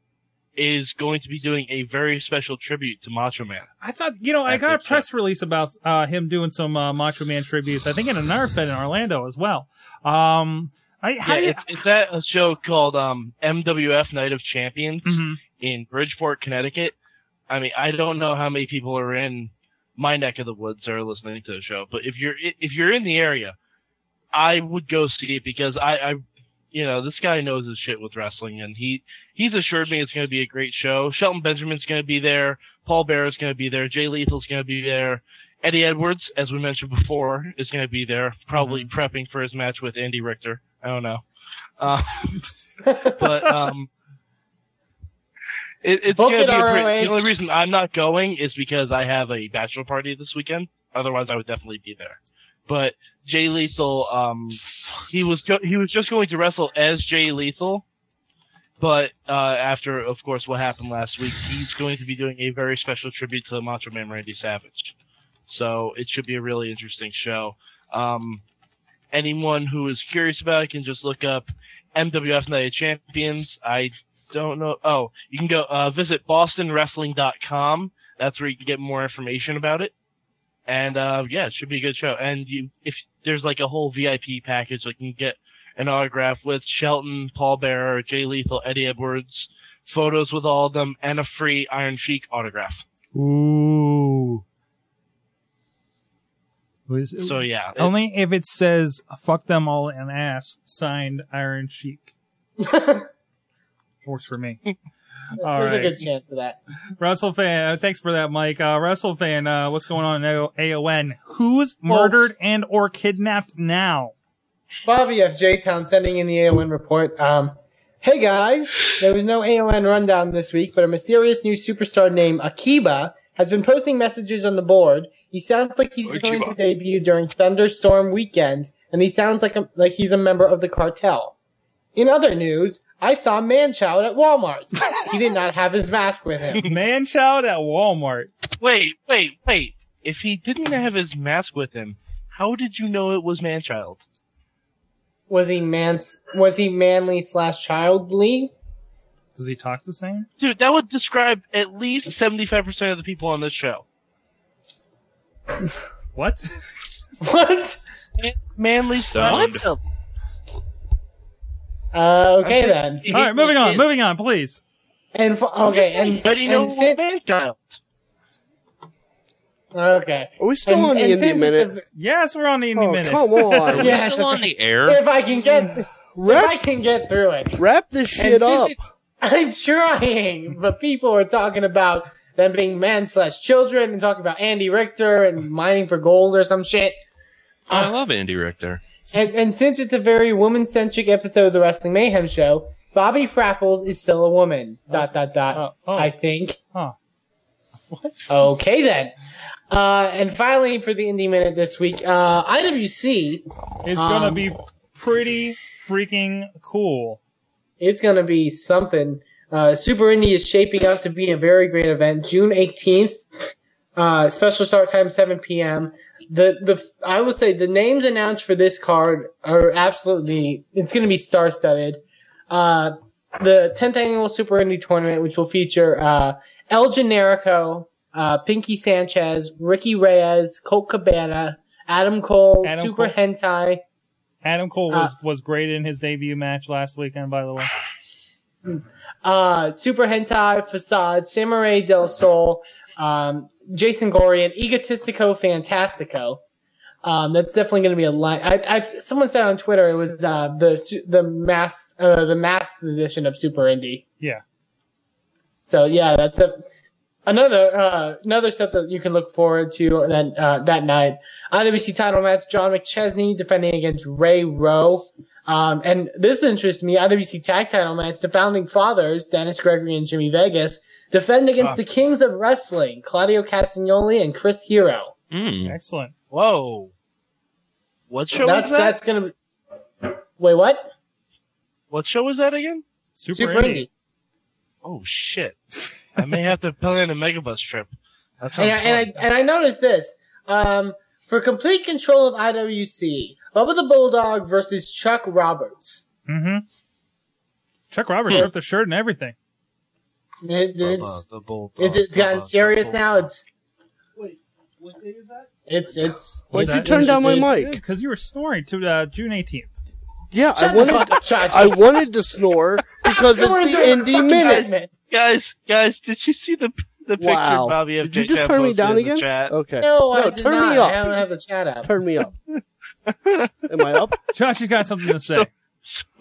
is going to be doing a very special tribute to Macho Man.
I thought you know I
I
got a
think so.
press release about uh, him doing some uh, Macho Man tributes. I think in another fed in Orlando as well. Um, I how
Yeah,
do you?
it's, it's at a show called um, MWF Night of Champions
Mhm.
in Bridgeport, Connecticut. I mean, I don't know how many people are in my neck of the woods are listening to the show, but if you're i- if you're in the area, I would go see it because I, I you know, this guy knows his shit with wrestling, and he he's assured me it's going to be a great show. Shelton Benjamin's going to be there, Paul Bear is going to be there, Jay Lethal's going to be there, Eddie Edwards, as we mentioned before, is going to be there, probably
Mm-hmm.
prepping for his match with Andy Richter. I don't know,
[laughs]
uh, but um. It, it's
Book
gonna
it,
be a pretty-
ROH.
the only reason I'm not going is because I have a bachelor party this weekend. Otherwise, I would definitely be there. But Jay Lethal, um, he was go- he was just going to wrestle as Jay Lethal, but uh, after, of course, what happened last week, he's going to be doing a very special tribute to the Macho Man Randy Savage. So it should be a really interesting show. Um, anyone who is curious about it can just look up MWF Night of Champions. I don't know. Oh, you can go uh, visit bostonwrestling.com. That's where you can get more information about it. And uh, yeah, it should be a good show. And you, if there's like a whole VIP package, like you can get an autograph with Shelton, Paul Bearer, Jay Lethal, Eddie Edwards, photos with all of them, and a free Iron Sheik autograph.
Ooh. Was
So yeah, it-
Only if it says "fuck them all and ass" signed Iron Sheik. Works for
[laughs]
me. all
There's a
right,
good chance of that.
Russell fan. Thanks for that, Mike. Uh, Russell fan, uh, what's going on in AO- AON? Who's murdered and or kidnapped now?
Bobby FJ Town sending in the AON report. Um, hey guys, there was no AON rundown this week, but a mysterious new superstar named Akiba has been posting messages on the board. He sounds like he's going to debut during Thunderstorm weekend, and he sounds like a, like he's a member of the cartel. In other news, I saw Manchild at Walmart. he did not have his mask
[laughs]
with him.
Man child at Walmart.
wait, wait, wait. If he didn't have his mask with him, how did you know it was Manchild?
Was he man's? Was he manly slash childly? [laughs]
Does he talk the same?
Dude, that would describe at least 75% of the people on this show.
[laughs]
What?
What?
Manly
Stoned.
style.
Uh, okay then.
all right, moving on. Moving on, please.
And f- okay, and
But you know,
and Sin-
Manchild.
Okay.
Are we still on the
and
Indie
since
Minute?
it's
Yes, we're on the indie
oh,
minute.
come
[laughs]
on.
Yeah.
Still on the
a-
air.
If I can get, if I
wrap,
can get through it. [laughs]
wrap this
And
shit
since
up.
it- I'm trying, but people are talking about them being men slash children and talking about Andy Richter and mining for gold or some shit.
I love Andy Richter.
And, and since it's a very woman centric episode of the Wrestling Mayhem show, Bobby Frapples is still a woman. Dot dot dot.
Oh, oh.
I think.
Huh. What?
Okay then. Uh, and finally, for the indie minute this week, uh, IWC
[laughs] It's gonna
Um,
be pretty freaking cool.
It's going to be something. Uh, Super Indy is shaping up to be a very great event. June 18th, uh, special start time 7 p.m. The the I will say the names announced for this card are absolutely it's going to be star studded. Uh, the 10th annual Super Indy tournament, which will feature uh, El Generico, uh, Pinky Sanchez, Ricky Reyes, Colt Cabana, Adam Cole,
Adam
Super
Cole.
Hentai.
Adam Cole was, was great in his debut match last weekend, by the way.
uh, Super Hentai, Facade, Samurai del Sol, um, Jason Gorian, Egotistico Fantastico. Um, that's definitely going to be a line. I, I, someone said on Twitter it was uh, the su- the mass uh, the mass edition of Super Indie.
Yeah.
So yeah, that's a, another uh, another stuff that you can look forward to that uh, that night. IWC title match: John McChesney defending against Ray Rowe. Um, and this interests me: IWC tag title match: the Founding Fathers, Dennis Gregory and Jimmy Vegas, defend against
Ah.
the Kings of Wrestling, Claudio Castagnoli and Chris Hero.
Mm.
Excellent.
Whoa. What show
that's
is that?
that's gonna. Be... Wait, what?
What show is that again?
Super,
Super,
indie.
Indie.
Oh, shit. I may have to plan a megabus trip. That sounds
And I, and I and I noticed this. Um, for complete control of IWC, Bubba the Bulldog versus Chuck Roberts.
Mm-hmm. Chuck Roberts ripped the shirt and everything.
It,
fun.
it's
Bubba Uh, the Bulldog,
it, it's gotten
Bubba the
serious now.
Bulldog.
It's it's it's.
Why'd
it's-
you
Turn down my
it-
mic.
Because you were snoring to uh, June 18th.
Yeah,
Shut
I
the
wanted,
fuck up, Josh.
I wanted to snore because
I
it's
wanna
the
do a
Indie
fucking
Minute.
segment.
Guys, guys, did you see the the picture
Wow.
Bobby
Did you
FJ
just
Chat
turn me
posted
down
in the
again?
Oh.
chat?
Okay.
No, I did
turn
not.
me
I
up. Oh,
haven't have the chat up.
Turn me up. Am I up?
[laughs] Josh has got something to say.
[laughs]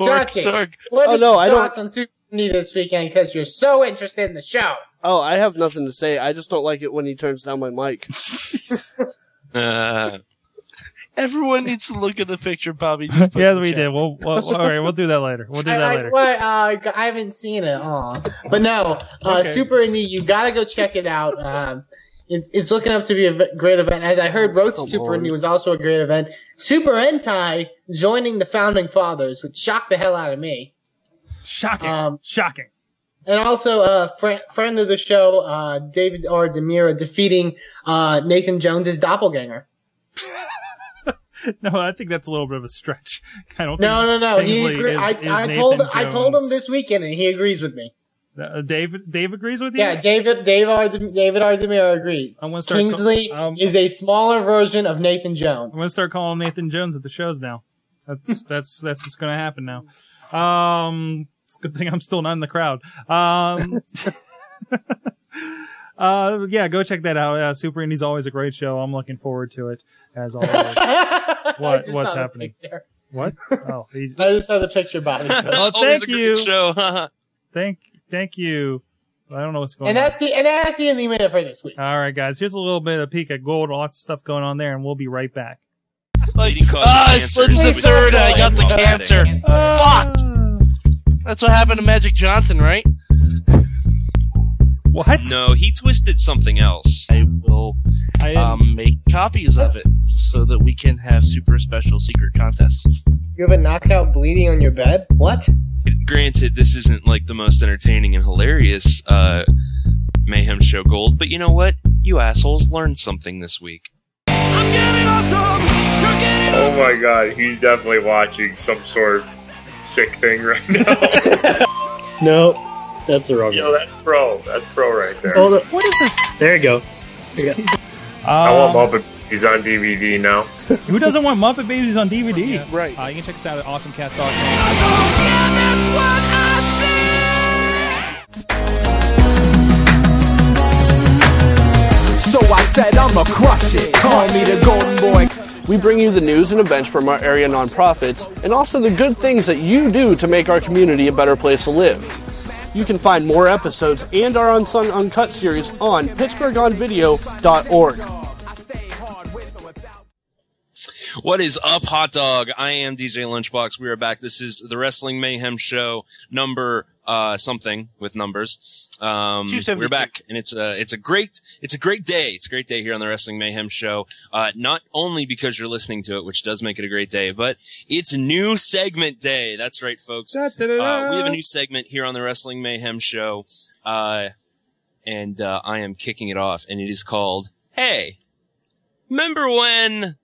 Sorg,
Jotty.
Sorg,
What
Oh,
are
no,
your
I don't-
thoughts on Super Indie this weekend? Because you're so interested in the show.
Oh, I have nothing to say. I just don't like it when he turns down my mic.
[laughs]
Uh,
Everyone needs to look at the picture
[laughs]
Bobby just put
yeah,
in the
we
chat.
did. We'll, we'll, all right, we'll do that later. We'll do
I,
that
I-
later.
what, uh, g- I haven't seen it. Aw. But no, uh,
Okay.
Super Indie, you gotta go check it out. Um, it, it's looking up to be a v- great event. As I heard, Road to
Come
Super
on.
Indie was also a great event. Super Entai joining the Founding Fathers, which shocked the hell out of me.
Shocking.
Um,
Shocking.
And also, uh, friend, friend of the show, uh, David R. Demira defeating uh, Nathan Jones's doppelganger.
No, I think that's a little bit of a stretch. [laughs] I don't.
No, no,
think
no. He
Kingsley
agree-
is-
I,
is
I
Nathan
told I told him
Jones.
this weekend, and he agrees with me.
Uh, Dave Dave agrees with you.
Yeah, David David R. David R. Demiro agrees.
I'm gonna start.
Kingsley
um,
is a smaller version of Nathan
I'm gonna
Jones.
start calling Nathan Jones at the shows now. That's [laughs] that's that's what's gonna happen now. Um, it's a good thing I'm still not in the crowd. Um, [laughs] uh, yeah, go check that out. Uh, Super Indie's always a great show. I'm looking forward to it as
[laughs]
always.
I just
what's
saw the
happening?
picture.
what? Oh, he's,
I just saw the
[laughs]
picture about it.
Well,
Always a
thank
great
you.
show. [laughs]
thank thank you. I don't know what's going
and
on. Uh,
that's the and that's the ending minute for this week.
All right, guys. Here's a little bit of peek at gold. Lots of stuff going on there, and we'll be right back.
Like,
Leading cause of
ah,
cancer
Slim
is
the Oh,
always
third, I
falling
got the
while
cancer.
padding.
Fuck! That's what happened to Magic Johnson, right?
What?
No, he twisted something else.
I will
I didn't-
um, make copies of it so that we can have super special secret contests.
You have a knockout bleeding on your bed. What?
Granted, this isn't like the most entertaining and hilarious uh, mayhem show gold, but you know what? You assholes learned something this week.
I'm getting awesome. You're getting
Oh my god, he's definitely watching some sort of sick thing right now.
No, that's the wrong
Yo,
one.
that's pro. That's pro right there.
Hold up.
what is this?
There you go.
I want
Um,
Muppet. He's on DVD
[laughs]
now.
Who doesn't want Muppet Babies on DVD?
Right.
Uh, you can check us out at awesomecast.com.
[laughs]
awesome. Yeah, that's what I said.
So I said I'ma crush it. Call me the golden boy.
We bring you the news and events from our area nonprofits and also the good things that you do to make our community a better place to live. You can find more episodes and our Unsung Uncut series on PittsburghOnVideo.org.
What is up, hot dog? I am DJ Lunchbox. We are back. This is the Wrestling Mayhem Show number uh, something with numbers. Um,
272.
we're back, and it's a it's a great it's a great day. It's a great day here on the Wrestling Mayhem Show. Uh, not only because you're listening to it, which does make it a great day, but it's new segment day. That's right, folks. Uh, we have a new segment here on the Wrestling Mayhem Show, uh, and uh, I am kicking it off, and it is called "Hey, remember when?"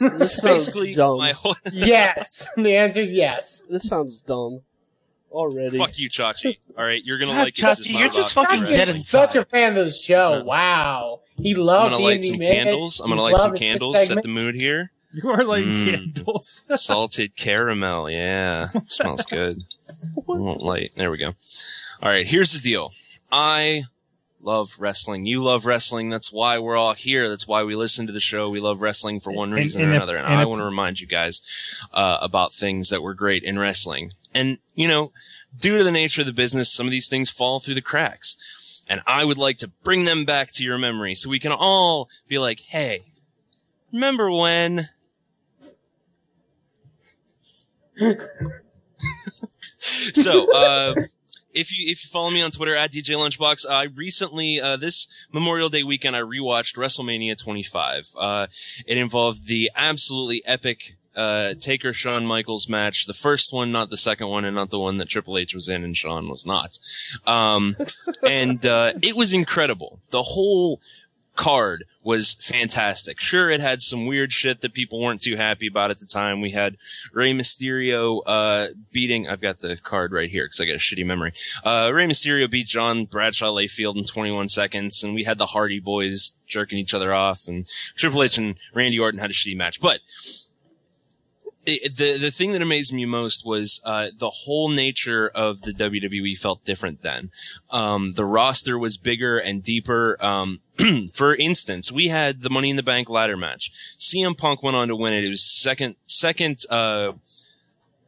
This sounds
Basically,
dumb.
my whole
[laughs] Yes. the answer is yes.
This sounds dumb
[laughs]
already.
fuck you, Chachi. All right, you're gonna
God,
like it. 'cause it's
Chachi,
not
you're just
about
fucking
the
dead
wrestling.
He's such a fan of the show.
Yeah.
Wow. He
I'm
loved
gonna
the
light
indie
some
minute.
candles. I'm gonna
He
light some
loved this
candles. Set
segment.
the mood here.
You are like
Hmm.
Mm.
candles.
Salted caramel. Yeah, it smells good.
[laughs]
Won't light. There we go. All right, here's the deal. I love wrestling. You love wrestling. That's why we're all here. That's why we listen to the show. We love wrestling for one
And-
reason
and
or
if-
another. And,
and
I
if-
want to remind you guys uh, about things that were great in wrestling. And you know, due to the nature of the business, some of these things fall through the cracks. And I would like to bring them back to your memory so we can all be like, hey, remember when? so, uh, if you if you follow me on Twitter at DJ Lunchbox, I recently uh, this Memorial Day weekend I rewatched WrestleMania 25. Uh, it involved the absolutely epic uh, Taker Shawn Michaels match, the first one, not the second one, and not the one that Triple H was in and Shawn was not. Um, and uh, it was incredible. The whole card was fantastic. Sure, it had some weird shit that people weren't too happy about at the time. We had Rey Mysterio uh, beating. I've got the card right here because I got a shitty memory. Uh, Rey Mysterio beat John Bradshaw Layfield in 21 seconds, and we had the Hardy Boys jerking each other off, and Triple H and Randy Orton had a shitty match. But it, the the thing that amazed me most was uh, the whole nature of the WWE felt different then. Um, the roster was bigger and deeper. Um, for instance, we had the Money in the Bank ladder match. CM Punk went on to win it. It was second second uh,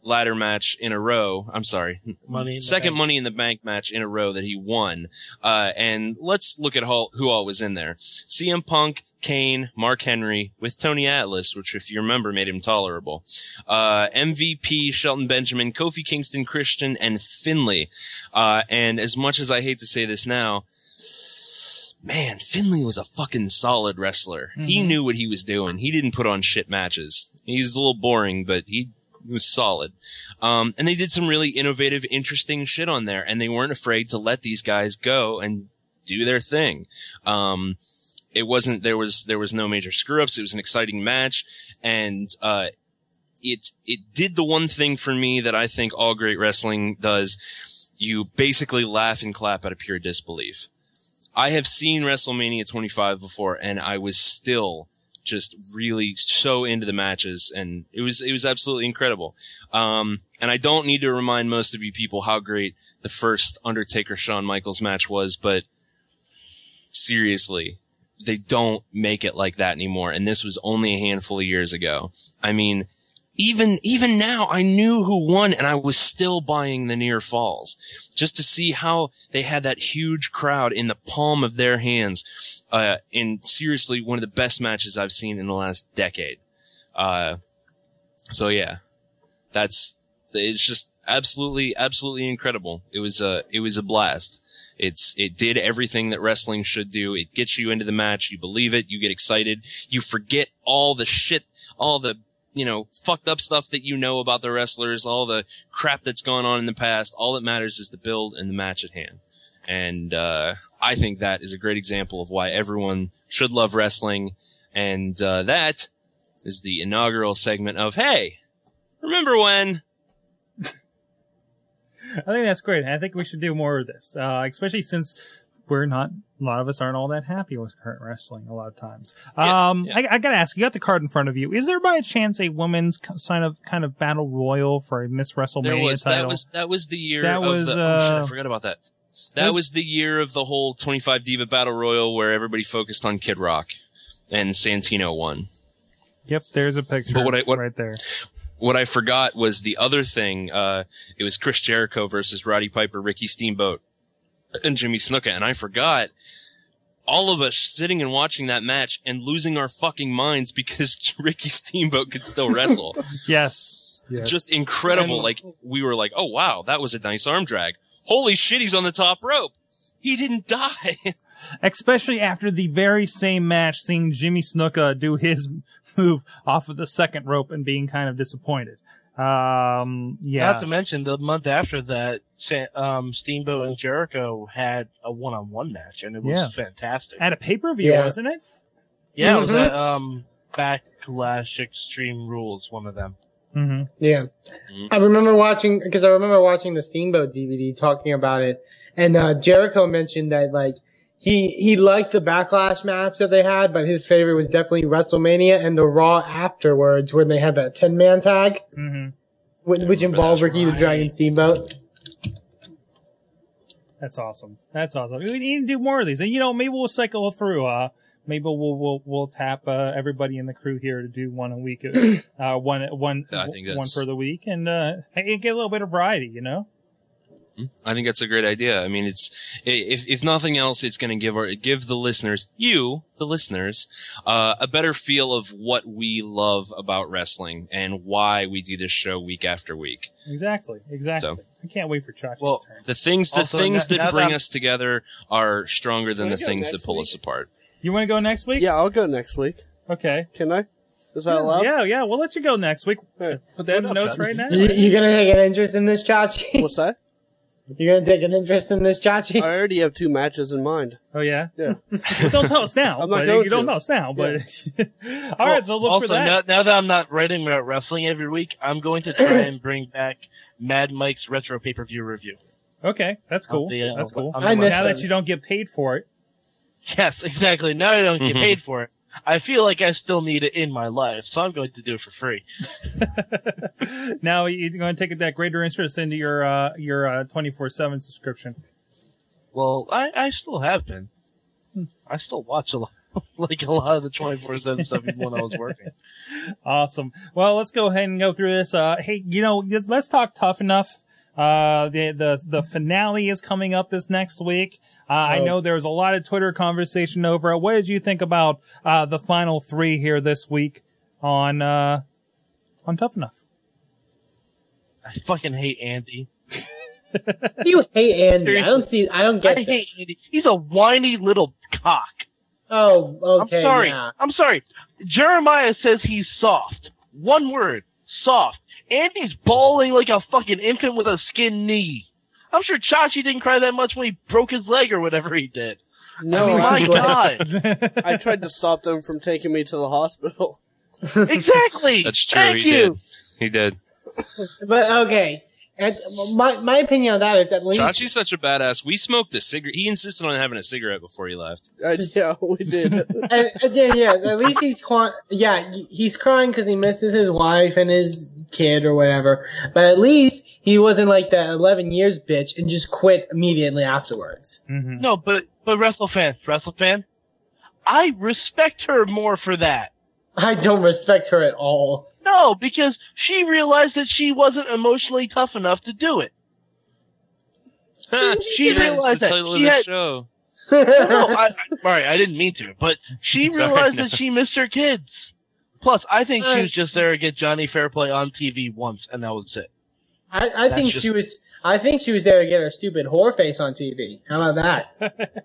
ladder match in a row. I'm sorry,
Money.
second Money in the Bank match in a row that he won. Uh, and let's look at all, who all was in there. CM Punk, Kane, Mark Henry, with Tony Atlas, which if you remember made him tolerable. Uh, MVP, Shelton Benjamin, Kofi Kingston, Christian, and Finley. Uh, and as much as I hate to say this now, man, Finley was a fucking solid wrestler. He knew what he was doing. He didn't put on shit matches. He was a little boring, but he was solid. Um, and they did some really innovative, interesting shit on there, and they weren't afraid to let these guys go and do their thing. Um, it wasn't there was there was no major screw ups. It was an exciting match, and uh, it it did the one thing for me that I think all great wrestling does. You basically laugh and clap out of pure disbelief. I have seen WrestleMania 25 before, and I was still just really so into the matches, and it was it was absolutely incredible. Um, and I don't need to remind most of you people how great the first Undertaker Shawn Michaels match was, but seriously, they don't make it like that anymore. And this was only a handful of years ago. I mean, even even now, I knew who won, and I was still buying the near falls just to see how they had that huge crowd in the palm of their hands. Uh, in seriously one of the best matches I've seen in the last decade. Uh, so yeah, that's it's just absolutely absolutely incredible. It was a it was a blast. It's it did everything that wrestling should do. It gets you into the match, you believe it, you get excited, you forget all the shit, all the you know fucked up stuff that you know about the wrestlers, all the crap that's gone on in the past. All that matters is the build and the match at hand. And uh, I think that is a great example of why everyone should love wrestling. And uh, that is the inaugural segment of Hey, remember when?
[laughs] I think that's great. and I think we should do more of this, uh, especially since we're not a lot of us aren't all that happy with current wrestling a lot of times.
Yeah,
um,
yeah.
I, I gotta ask, you got the card in front of you. Is there by chance a women's co- sign of kind of battle royal for a Miss WrestleMania
There was
title?
that was that was the year
That
of
was,
the oh shit,
uh,
I forgot about that. That was the year of the whole 25 Diva Battle Royal where everybody focused on Kid Rock and Santino won.
Yep, there's a picture
But what I- what-
right there.
What I forgot was the other thing. Uh, it was Chris Jericho versus Roddy Piper, Ricky Steamboat, and Jimmy Snuka. And I forgot all of us sitting and watching that match and losing our fucking minds [laughs] because Ricky Steamboat could still wrestle. [laughs]
Yes. Yes.
Just incredible.
And-
like we were like, oh wow, that was a nice arm drag. Holy shit, he's on the top rope. He didn't [laughs] die.
Especially after the very same match, seeing Jimmy Snuka do his [laughs] move off of the second rope and being kind of disappointed. Um,
Not
yeah.
to mention the month after that, Sa- um, Steamboat and Jericho had a one-on-one match, and it was
Yeah.
fantastic.
At a pay per view,
Yeah.
wasn't it?
yeah, it
Mm-hmm.
Mhm.
was at, um, Backlash Extreme Rules, one of them.
Mm-hmm.
Yeah.
Mm-hmm.
Mhm.
I remember watching because I remember watching the Steamboat DVD talking about it, and uh, Jericho mentioned that like he he liked the Backlash match that they had, but his favorite was definitely WrestleMania and the Raw afterwards when they had that ten man tag,
Mm-hmm.
which, which
remember
involved
that.
Ricky the Dragon Steamboat.
That's awesome. That's awesome. We need to do more of these, and you know, maybe we'll cycle through. Uh, maybe we'll we'll we'll tap uh, everybody in the crew here to do one a week, uh, one one
I think
one
that's-
for the week, and uh, and get a little bit of variety. You know,
I think that's a great idea. I mean, it's i- if if nothing else, it's going to give our give the listeners, you the listeners, uh, a better feel of what we love about wrestling and why we do this show week after week.
exactly, exactly. I can't wait for Chuck's
Well,
turn.
The things the
Also,
things
no-
that
now that
bring
I'm-
us together are stronger than
Can
the
we go
things that
next
pull
week?
us apart.
You want to go next week?
Yeah, I'll go next week.
Okay.
Can I? Is that allowed?
Yeah, yeah. We'll let you go next week.
Hey,
Put that in
we're
the
not
notes
done.
right
[laughs]
now.
You, you gonna take an interest in this, Chachi?
What's that?
[laughs] you gonna take an interest in this,
I
Chachi?
already have two matches in mind.
Oh yeah.
Yeah.
Well, don't tell us now.
[laughs] I'm not
but
going
you don't
to.
tell us now, but [laughs] all right. So look
also,
for that.
Now, now that I'm not writing about wrestling every week, I'm going to try and bring back Mad Mike's retro pay-per-view review. [laughs]
Okay, that's cool.
the, uh,
that's cool.
on
the I miss
now that
those.
you don't get paid for it.
Yes, exactly. Now I don't get
Mm-hmm.
Mhm.
paid for it. I feel like I still need it in my life, so I'm going to do it for free.
[laughs] now you're going to take that greater interest into your uh, your twenty four seven subscription.
Well, I, I still have been. I still watch a lot, like a lot of [laughs] the 24/7 stuff even when I was working.
Awesome. Well, let's go ahead and go through this. Uh, hey, you know, let's- let's talk tough enough. Uh, the the the finale is coming up this next week. Uh, I
Oh.
know there was a lot of Twitter conversation over. it. What did you think about uh, the final three here this week on uh, on Tough Enough? [laughs]
I fucking hate Andy.
you hate Andy. I don't see. I don't get
I hate
this.
Andy. He's a whiny little cock.
Oh, okay.
I'm sorry.
yeah.
I'm sorry. Jeremiah says he's soft. One word. Soft. Andy's bawling like a fucking infant with a skin knee. I'm sure Chachi didn't cry that much when he broke his leg or whatever he did.
No,
Oh
[laughs]
My
I'm glad-
God.
[laughs]
I tried to stop them from taking me to the hospital.
exactly.
That's true.
Thank
he
you.
did. He did.
But okay, and my my opinion on that is at least
Chachi's such a badass. We smoked a cigarette. He insisted on having a cigarette before he left. [laughs]
Uh, [laughs] yeah, we did.
and, and then, yeah, at least he's crying. Yeah, he's crying because he misses his wife and his kid or whatever. But at least he wasn't like that 11 years bitch and just quit immediately afterwards.
hmm
No, but but WrestleFan, WrestleFan, I respect her more for that.
I don't respect her at all. [laughs]
No, because she realized that she wasn't emotionally tough enough to do it. She
Yeah, it's
realized
the
that
title of
she
the
had-
show. [laughs]
No, I, I, sorry, I didn't mean to, but she
Sorry,
realized
no.
that she missed her kids. Plus, I think she
I-
was just there to get Johnny Fairplay on TV once, and that was it.
I, I think
just-
she was. I think she was there to get her stupid whore face on TV. How about that?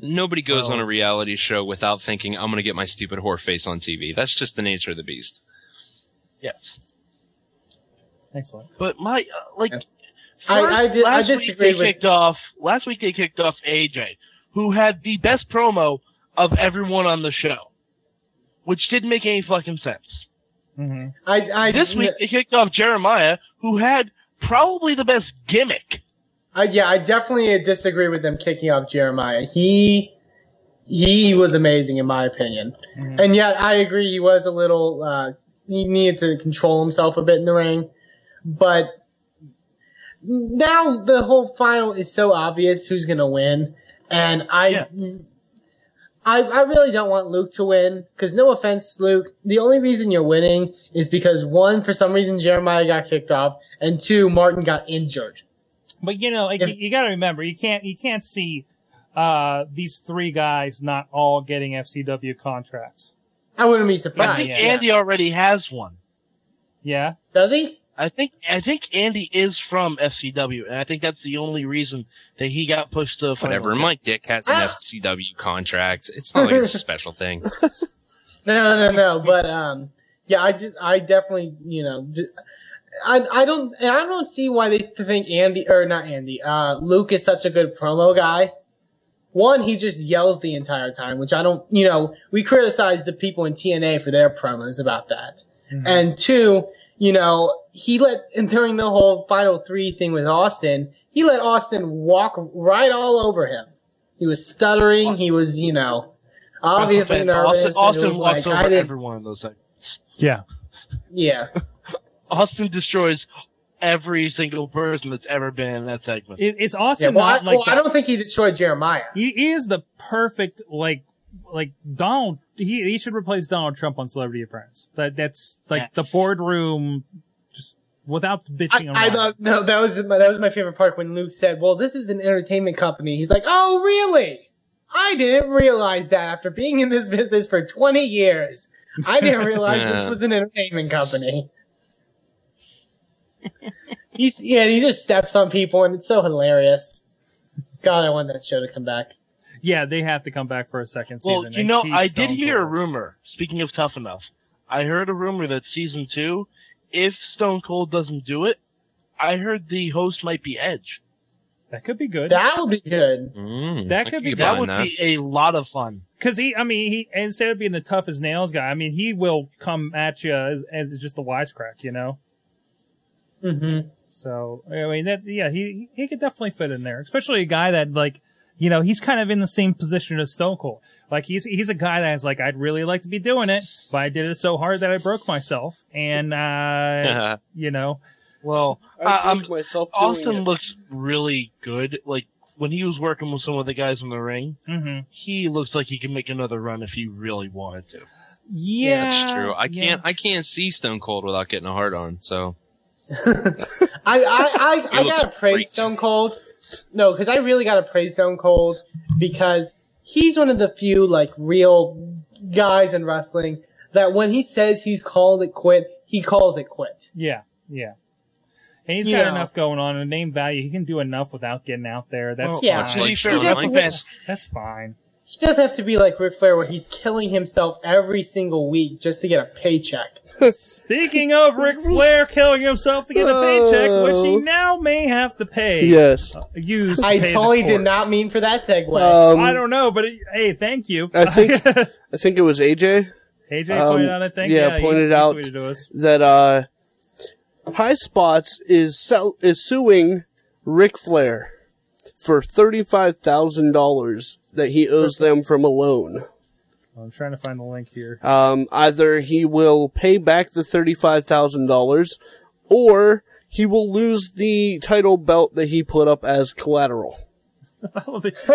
Nobody goes
Oh.
on a reality show without thinking, I'm going to get my stupid whore face on TV. That's just the nature of the beast.
Yes,
Excellent.
but my uh, like,
I-
first-
I di- I
last week
disagree
they
with-
kicked off last week. They kicked off AJ, who had the best promo of everyone on the show, which didn't make any fucking sense.
hmm
I, I
this week they kicked off Jeremiah, who had probably the best gimmick.
I, yeah, I definitely disagree with them kicking off Jeremiah. He he was amazing in my opinion, and yet I agree he was a little. Uh, he needed to control himself a bit in the ring, but now the whole final is so obvious who's gonna win, and I. I, I really don't want Luke to win because no offense, Luke. The only reason you're winning is because one, for some reason, Jeremiah got kicked off, and two, Martin got injured.
But you know, like,
If-
you, got to remember, you can't you can't see uh these three guys not all getting FCW contracts.
I wouldn't be
I
surprised.
think Andy already has one.
Yeah.
Does he?
I think I think Andy is from FCW, and I think that's the only reason that he got pushed to. final.
Whatever. My dick has an
Ah.
FCW contract. It's not like it's [laughs] a special thing.
No, no, no. But um, yeah, I just, I definitely, you know, d- I, I don't, and I don't see why they think Andy or not Andy, uh, Luke is such a good promo guy. One, he just yells the entire time, which I don't, you know, we criticize the people in TNA for their promos about that.
Mm-hmm.
And two, you know, he let, and during the whole final three thing with Austin, he let Austin walk right all over him. He was stuttering. He was, you know, obviously
Austin-
nervous. and
Austin,
it was
Austin walks
like, I
over
didn't,
every one of those things.
Yeah.
yeah.
Austin destroys every single person that's ever been in that segment.
It, it's also
Yeah, well, I,
not like
well
the-
I don't think he destroyed Jeremiah.
he is the perfect like like Donald. He he should replace Donald Trump on Celebrity Apprentice. That that's like
Yeah.
the boardroom, just without
I,
bitching. and
I
whining.
love no. That was my, that was my favorite part when Luke said, "Well, this is an entertainment company." He's like, "Oh, really? I didn't realize that after being in this business for twenty years,
[laughs]
I didn't realize
Yeah.
this was an entertainment company." [laughs] He's yeah. He just steps on people, and it's so hilarious. God, I want that show to come back.
Yeah, they have to come back for a second season.
Well, you
and
know,
keep
I did
Stone
hear a
Cold.
rumor. Speaking of tough enough, I heard a rumor that season two, if Stone Cold doesn't do it, I heard the host might be Edge.
that could be good.
That would be good.
Mm,
That
I
could
can
be-
get
that
That
behind
would
[laughs]
be a lot of fun.
Because he, I mean, he instead of being the tough as nails guy, I mean, he will come at you as, as just a wisecrack, you know.
hmm
So I mean, that yeah, he he could definitely fit in there, especially a guy that like, you know, he's kind of in the same position as Stone Cold. Like he's he's a guy that's like, I'd really like to be doing it, but I did it so hard that I broke myself, and
[laughs]
uh, you know,
Well, I,
I
I'm
broke myself doing
Austin
it.
looks really good. Like when he was working with some of the guys in the ring,
hmm
he looks like he can make another run if he really wanted to.
yeah,
That's true. I
yeah.
can't. I can't see Stone Cold without getting a hard on. So
[laughs] I I I, I
He looks
gotta praise
great.
Stone Cold. No, because I really gotta praise Stone Cold because he's one of the few like real guys in wrestling that when he says he's called it quit, he calls it quit.
Yeah, yeah. And he's
You
got
know.
enough going on and name value. He can do enough without getting out there. That's
Well,
Yeah.
much
to be
like
fair,
Shawn
Just-
Michaels,
that's fine.
He does have to be like Ric Flair, where he's killing himself every single week just to get a paycheck.
Speaking of Ric Flair killing himself to get a paycheck, which he now may have to pay.
Yes.
Use. to
Oh. I
pay the
totally did
court.
not mean for that segue.
Um,
I don't know, but it, hey, thank you.
I think- [laughs] I think it was AJ
AJ
um,
pointed out. I think.
yeah,
Yeah, he-
pointed
he
out-
tweeted to us.
that uh, High Spots is sell- is suing Ric Flair for thirty five thousand dollars that he owes them from a loan.
I'm trying to find the link here.
Um, either he will pay back the thirty-five thousand dollars, or he will lose the title belt that he put up as collateral.
[laughs]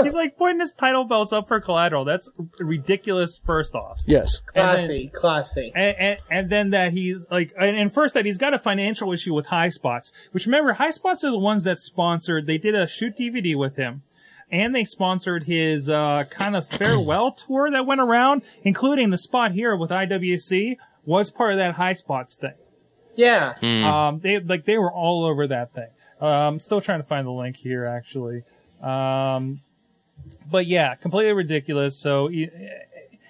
He's like pointing his title belts up for collateral. That's ridiculous. First off,
Yes,
And then-
classy, classy.
and, and, and then that he's like, and, and first that he's got a financial issue with High Spots, which remember High Spots are the ones that sponsored. They did a shoot DVD with him, and they sponsored his uh, kind of farewell tour that went around, including the spot here with IWC was part of that High Spots thing.
Yeah.
Um, they like they were all over that thing. Um, still trying to find the link here actually. Um, but yeah, completely ridiculous. So, y-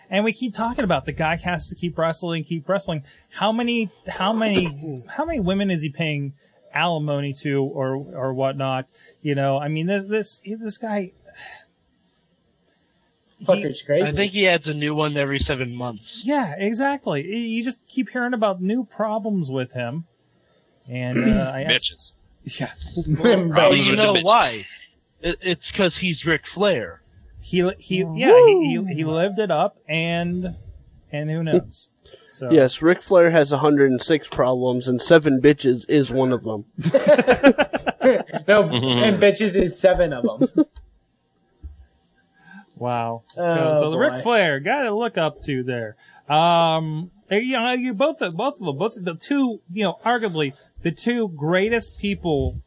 and we keep talking about the guy has to keep wrestling, keep wrestling. How many, how many, how many women is he paying alimony to, or or whatnot? You know, I mean, this this, this guy. he-
Fucker's crazy.
I think
[laughs]
he adds a new one every seven months.
yeah, exactly. Y- You just keep hearing about new problems with him, and uh, I,
Bitches.
yeah,
Well,
Problems
you
with
know
the bitches.
why? It, it's because he's Ric Flair.
he he yeah he, he he lived it up and and who knows so
[laughs] yes. Ric Flair has one hundred and six problems, and seven bitches is one of them.
no, and bitches is seven of them.
wow
Oh,
so the Ric
boy.
Flair got to look up to there um and, you know you both both of them both the two you know arguably the two greatest people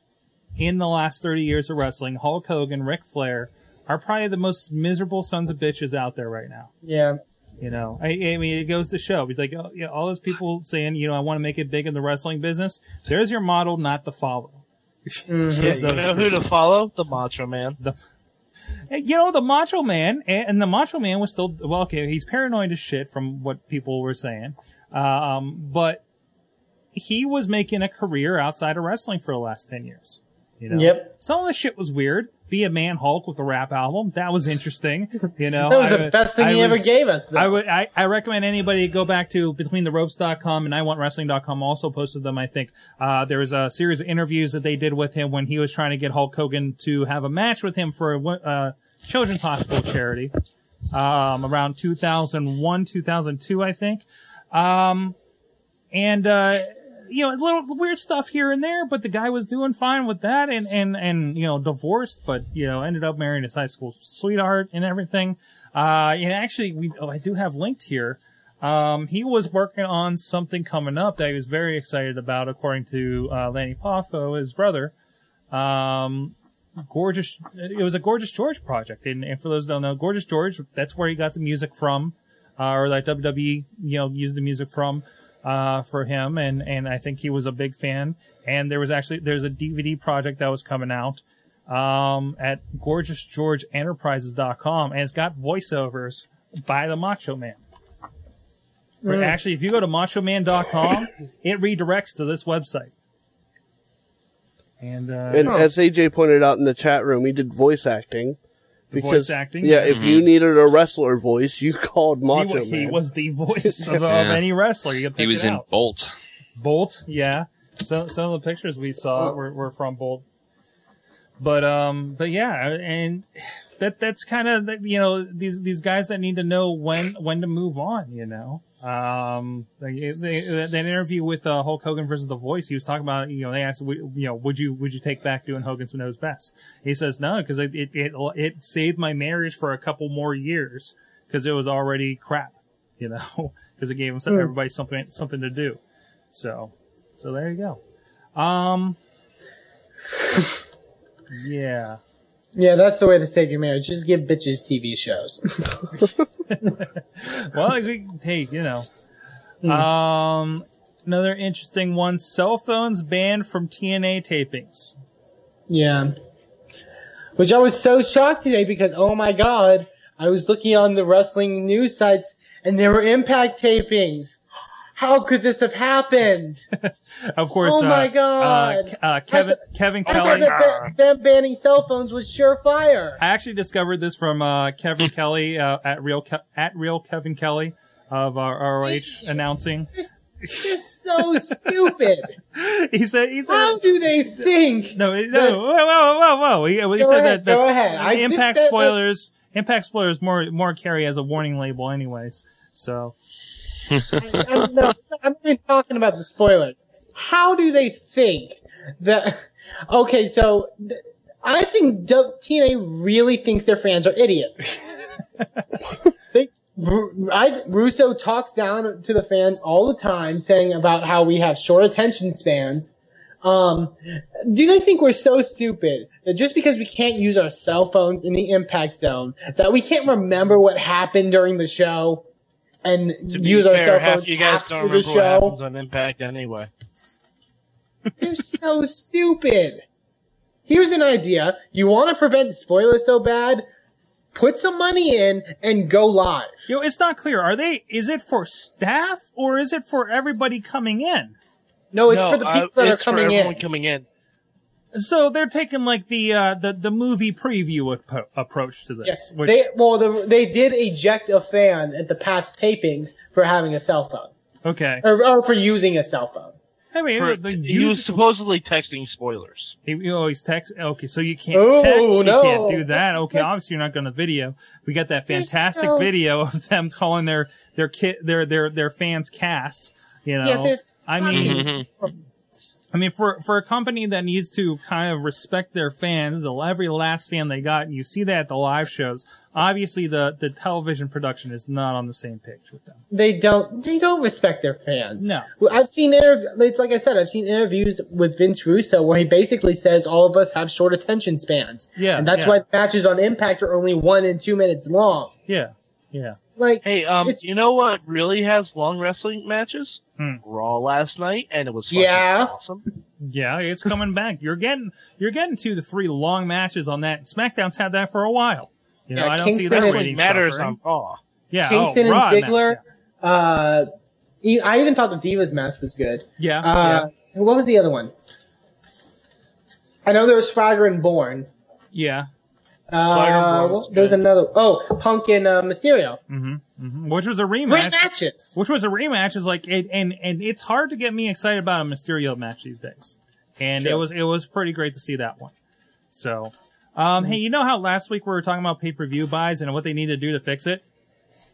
in the last 30 years of wrestling Hulk Hogan Ric Flair are probably the most miserable sons of bitches out there right now
Yeah.
You know, I, I mean, it goes to show. It's like oh, yeah, all those people saying, you know, I want to make it big in the wrestling business. There's your model, not the follow.
Mhm.
It's
You
those
know
two.
who to follow? The Macho Man.
Hey, you know, the Macho Man, and, and the Macho Man was still well. Okay, he's paranoid as shit from what people were saying, um, but he was making a career outside of wrestling for the last ten years. You know,
Yep.
Some of the shit was weird. Be a man Hulk with a rap album that was interesting. You know,
[laughs] That was
Oh, I
the
wa-
best thing
I
he ever
was-
gave us. Though.
I would I, I recommend anybody go back to betweentherropes.com and iwantwrestling.com also posted them I think uh, there was a series of interviews that they did with him when he was trying to get Hulk Hogan to have a match with him for a wo- uh, children's hospital charity um, around 2001 2002 I think um, and uh, you know little weird stuff here and there but the guy was doing fine with that and and and you know divorced but you know ended up marrying his high school sweetheart and everything uh, and actually, we oh, I do have linked here. Um, he was working on something coming up that he was very excited about, according to uh, Lanny Poffo, his brother. Um, gorgeous. It was a Gorgeous George project, and, and for those who don't know, Gorgeous George, that's where he got the music from, uh, or that WWE, you know, used the music from uh, for him, and and I think he was a big fan. And there was actually there's a DVD project that was coming out um, at gorgeousgeorgeenterprises.com, and it's got voiceovers by the Macho Man. Or Actually, if you go to machoman.com, it redirects to this website. And, uh,
And as AJ pointed out in the chat room, he did voice acting.
voice acting?
Yeah, if you
Mm-hmm.
needed a wrestler voice, you [laughs] called
he,
Macho
wa- he
Man.
was the
[laughs]
voice of, of
Yeah.
any wrestler. You could
He
pick
was
it
in
out.
Bolt.
Bolt, yeah. Some some of the pictures we saw were, were from Bolt. But um, but yeah, and that that's kind of you know these these guys that need to know when when to move on. You know, um, like, they, that that interview with uh, Hulk Hogan versus The Voice, he was talking about you know they asked "Would- you know would you would you take back doing Hogan's Knows Best? He says no because it, it it it saved my marriage for a couple more years because it was already crap. You know, [laughs] because it gave him some, everybody something something to do. So, so there you go. Um, [laughs] yeah,
yeah, that's the way to save your marriage. Just give bitches TV shows. [laughs]
well, I think- hey, you know,
Hmm.
um, another interesting one: cell phones banned from TNA tapings.
yeah. Which I was so shocked today because, oh my god, I was looking on the wrestling news sites and there were impact tapings. How could this
[laughs]
have happened?
Of course.
Oh my
uh,
God.
Uh, Ke- uh, Kevin Kevin
I thought
Kelly.
that ba- them banning cell phones was surefire.
I actually discovered this from uh, Kevin Kelly uh, at real Ke- at real Kevin Kelly of uh, our ROH announcing. [laughs]
They're, s- they're so stupid.
He said he said
How do they think?
no no whoa whoa whoa whoa. He, he
Go
said that
ahead, go
that's
ahead. I think
impact
that- that-
spoilers. Impact spoilers more more carry as a warning label, anyways. So
I'm, no, I'm not even talking about the spoilers. How do they think that? Okay, so th- I think W- TNA really thinks their fans are
[laughs]
idiots. they, Ru- I, Russo talks down to the fans all the time, saying about how we have short attention spans. Um, do they think we're so stupid that just because we can't use our cell phones in the impact zone, that we can't remember what happened during the show? and
To be
use our
fair,
cell
half
phones
you guys
after
don't
the
remember what happens
show.
on Impact anyway.
They're so stupid. Here's an idea: you want to prevent spoilers so bad, put some money in and go live.
Yo, it's not clear. Are they? Is it for staff or is it for everybody coming in?
No, it's
No,
for the people
uh,
that are
it's for
coming
everyone
in.
coming in.
So they're taking like the uh, the the movie preview apo- approach to this.
Yes,
which,
they well, the, they did eject a fan at the past tapings for having a cell phone
okay.
or, or for using a cell phone.
I mean,
For-
the, the
he was
use,
supposedly texting spoilers.
he, he always text. Okay, so you can't
Oh,
text. You
no.
can't do that. Okay, obviously you're not going to video. We got that
They're
fantastic
so-
video [laughs] of them calling their their kid their their their fans cast. You know,
Yeah, they're
I mean,
fucking-
I mean, for for a company that needs to kind of respect their fans, the every last fan they got, and you see that at the live shows. Obviously, the the television production is not on the same page with them.
they don't they don't respect their fans.
No.
Well, I've seen interv- it's like I said, I've seen interviews with Vince Russo where he basically says all of us have short attention spans.
Yeah,
and that's
yeah.
why matches on Impact are only one and two minutes long.
Yeah, yeah.
Like
Hey, um,
It's-
you know what really has long wrestling matches?
Hmm.
Raw last night, and it was fucking
Yeah.
awesome.
Yeah, it's coming back. You're getting you're getting two to three long matches on that. SmackDown's had that for a while. You know,
Yeah,
I don't see
Kingston
that
and-
Really
rating
matters
suffering.
on Raw.
yeah,
Kingston
oh, Raw
and
match,
Ziggler, uh, e- I even thought the Divas match was good.
Yeah, yeah.
Uh, what was the other one? I know there was Frogger and Bourne.
yeah.
Frogger
Uh,
and Bourne was
there was
good.
another. Oh, Punk and uh, Mysterio.
Mm-hmm, hmm Which was a
Great
rematch.
matches.
Which was a rematch. Is like it, and and it's hard to get me excited about a Mysterio match these days. And it
Sure.
was it was pretty great to see that one. So, um, hey, you know how last week we were talking about pay per view buys and what they need to do to fix it.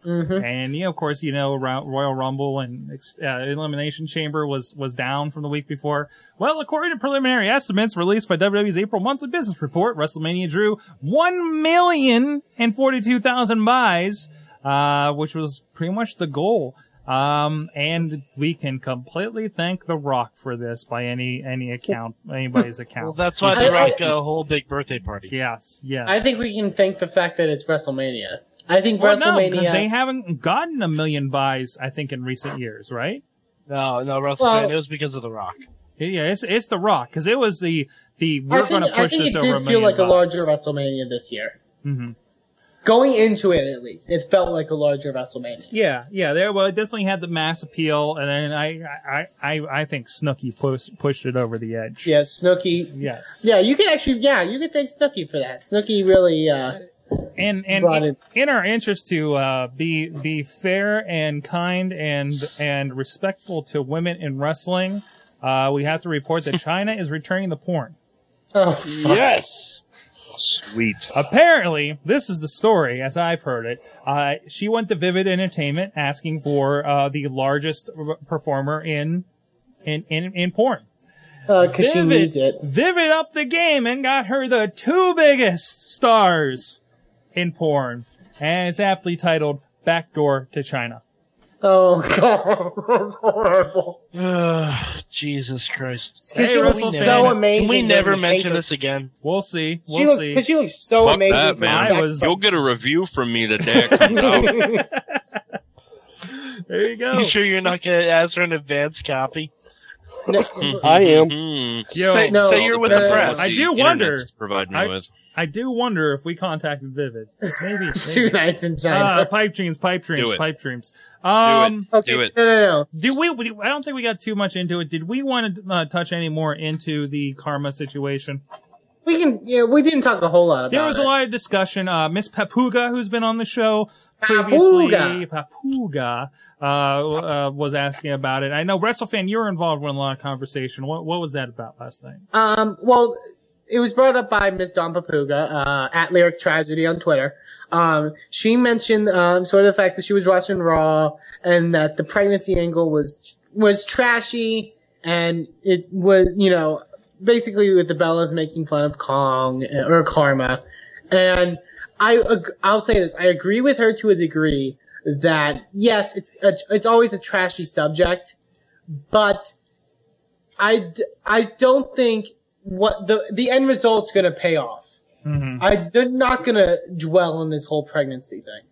Mm-hmm.
and you know, of course, you know Ro- Royal Rumble and ex- uh, Elimination Chamber was was down from the week before. Well, according to preliminary estimates released by WWE's April monthly business report, WrestleMania drew one million and forty two thousand buys, uh, which was pretty much the goal. Um, and we can completely thank The Rock for this by any any account, anybody's
Well,
account.
that's why
I-
The Rock
I-
got a whole big birthday party.
yes, yes.
I think we can thank the fact that it's WrestleMania. I think
well, no,
WrestleMania.
because they haven't gotten a million buys, I think, in recent years, right?
No, no, WrestleMania
Well-
it was because of The Rock. [sighs]
Yeah, it's it's the Rock because it was the the
I
we're
think,
going to
I
push
think
this
it
over a
did
million.
feel like a
bucks.
larger WrestleMania this year.
Mhm.
Going into it, at least, it felt like a larger WrestleMania.
Yeah, yeah. There, well, it definitely had the mass appeal, and then I I I I think Snooki pushed pushed it over the edge.
Yeah, Snooki.
Yes.
Yeah, you can actually, yeah, you can thank Snooki for that. Snooki really, uh, [laughs]
And and
Brought
in,
it.
in our interest to uh, be be fair and kind and and respectful to women in wrestling, uh, we have to report that China is returning the porn.
oh, fuck.
Yes.
Sweet.
Apparently, this is the story as I've heard it. Uh, she went to Vivid Entertainment asking for uh, the largest r- performer in in in, in porn.
Uh 'cause she needs it.
Vivid up the game and got her the two biggest stars in porn, and it's aptly titled "Backdoor to China."
Oh, [laughs] God, that's horrible.
Ugh, Jesus Christ.
'Cause
Hey,
she looks
Russell
so
Fan.
amazing.
Can we
during
never
the
mention
paper.
this again?
We'll see.
She
We'll
looked,
see.
because she looks so
Fuck
amazing.
that,
for
man.
sex
I was-
You'll get a review from me the day
[laughs]
it comes out.
there you go.
[laughs]
[laughs]
You sure you're not going to ask for an advance copy?
No,
I
Mm-hmm.
am.
Mm.
Yo,
Say,
[laughs] no,
say you're with the
uh,
press.
I
The
do
internet's
wonder-
Providing
I-
you with.
I do wonder if we contacted Vivid. Maybe.
[laughs] [laughs] two
maybe.
nights in
Uh,
China.
pipe dreams, pipe
Do
dreams,
it.
pipe dreams. Um,
okay,
do it.
no, no, no.
do we, we- I don't think we got too much into it. Did we want to uh, touch any more into the karma situation?
We can. Yeah, we didn't talk a whole lot about
There was a
it.
lot of discussion. Uh, Miss Papuga, who's been on the show previously, Papuga, uh, uh, was asking about it. I know WrestleFan, you were involved in a lot of conversation. What, what was that about last night?
Um, well, it was brought up by Miss Don Papuga, uh, at Lyric Tragedy on Twitter. Um, she mentioned, um, sort of the fact that she was watching Raw and that the pregnancy angle was, was trashy and it was, you know, basically with the Bellas making fun of Kong uh, or Karma. And I, ag- I'll say this, I agree with her to a degree that yes, it's, a, it's always a trashy subject, but I, d- I don't think what the the end result's going to pay off. I, they're not going to dwell on this whole pregnancy thing.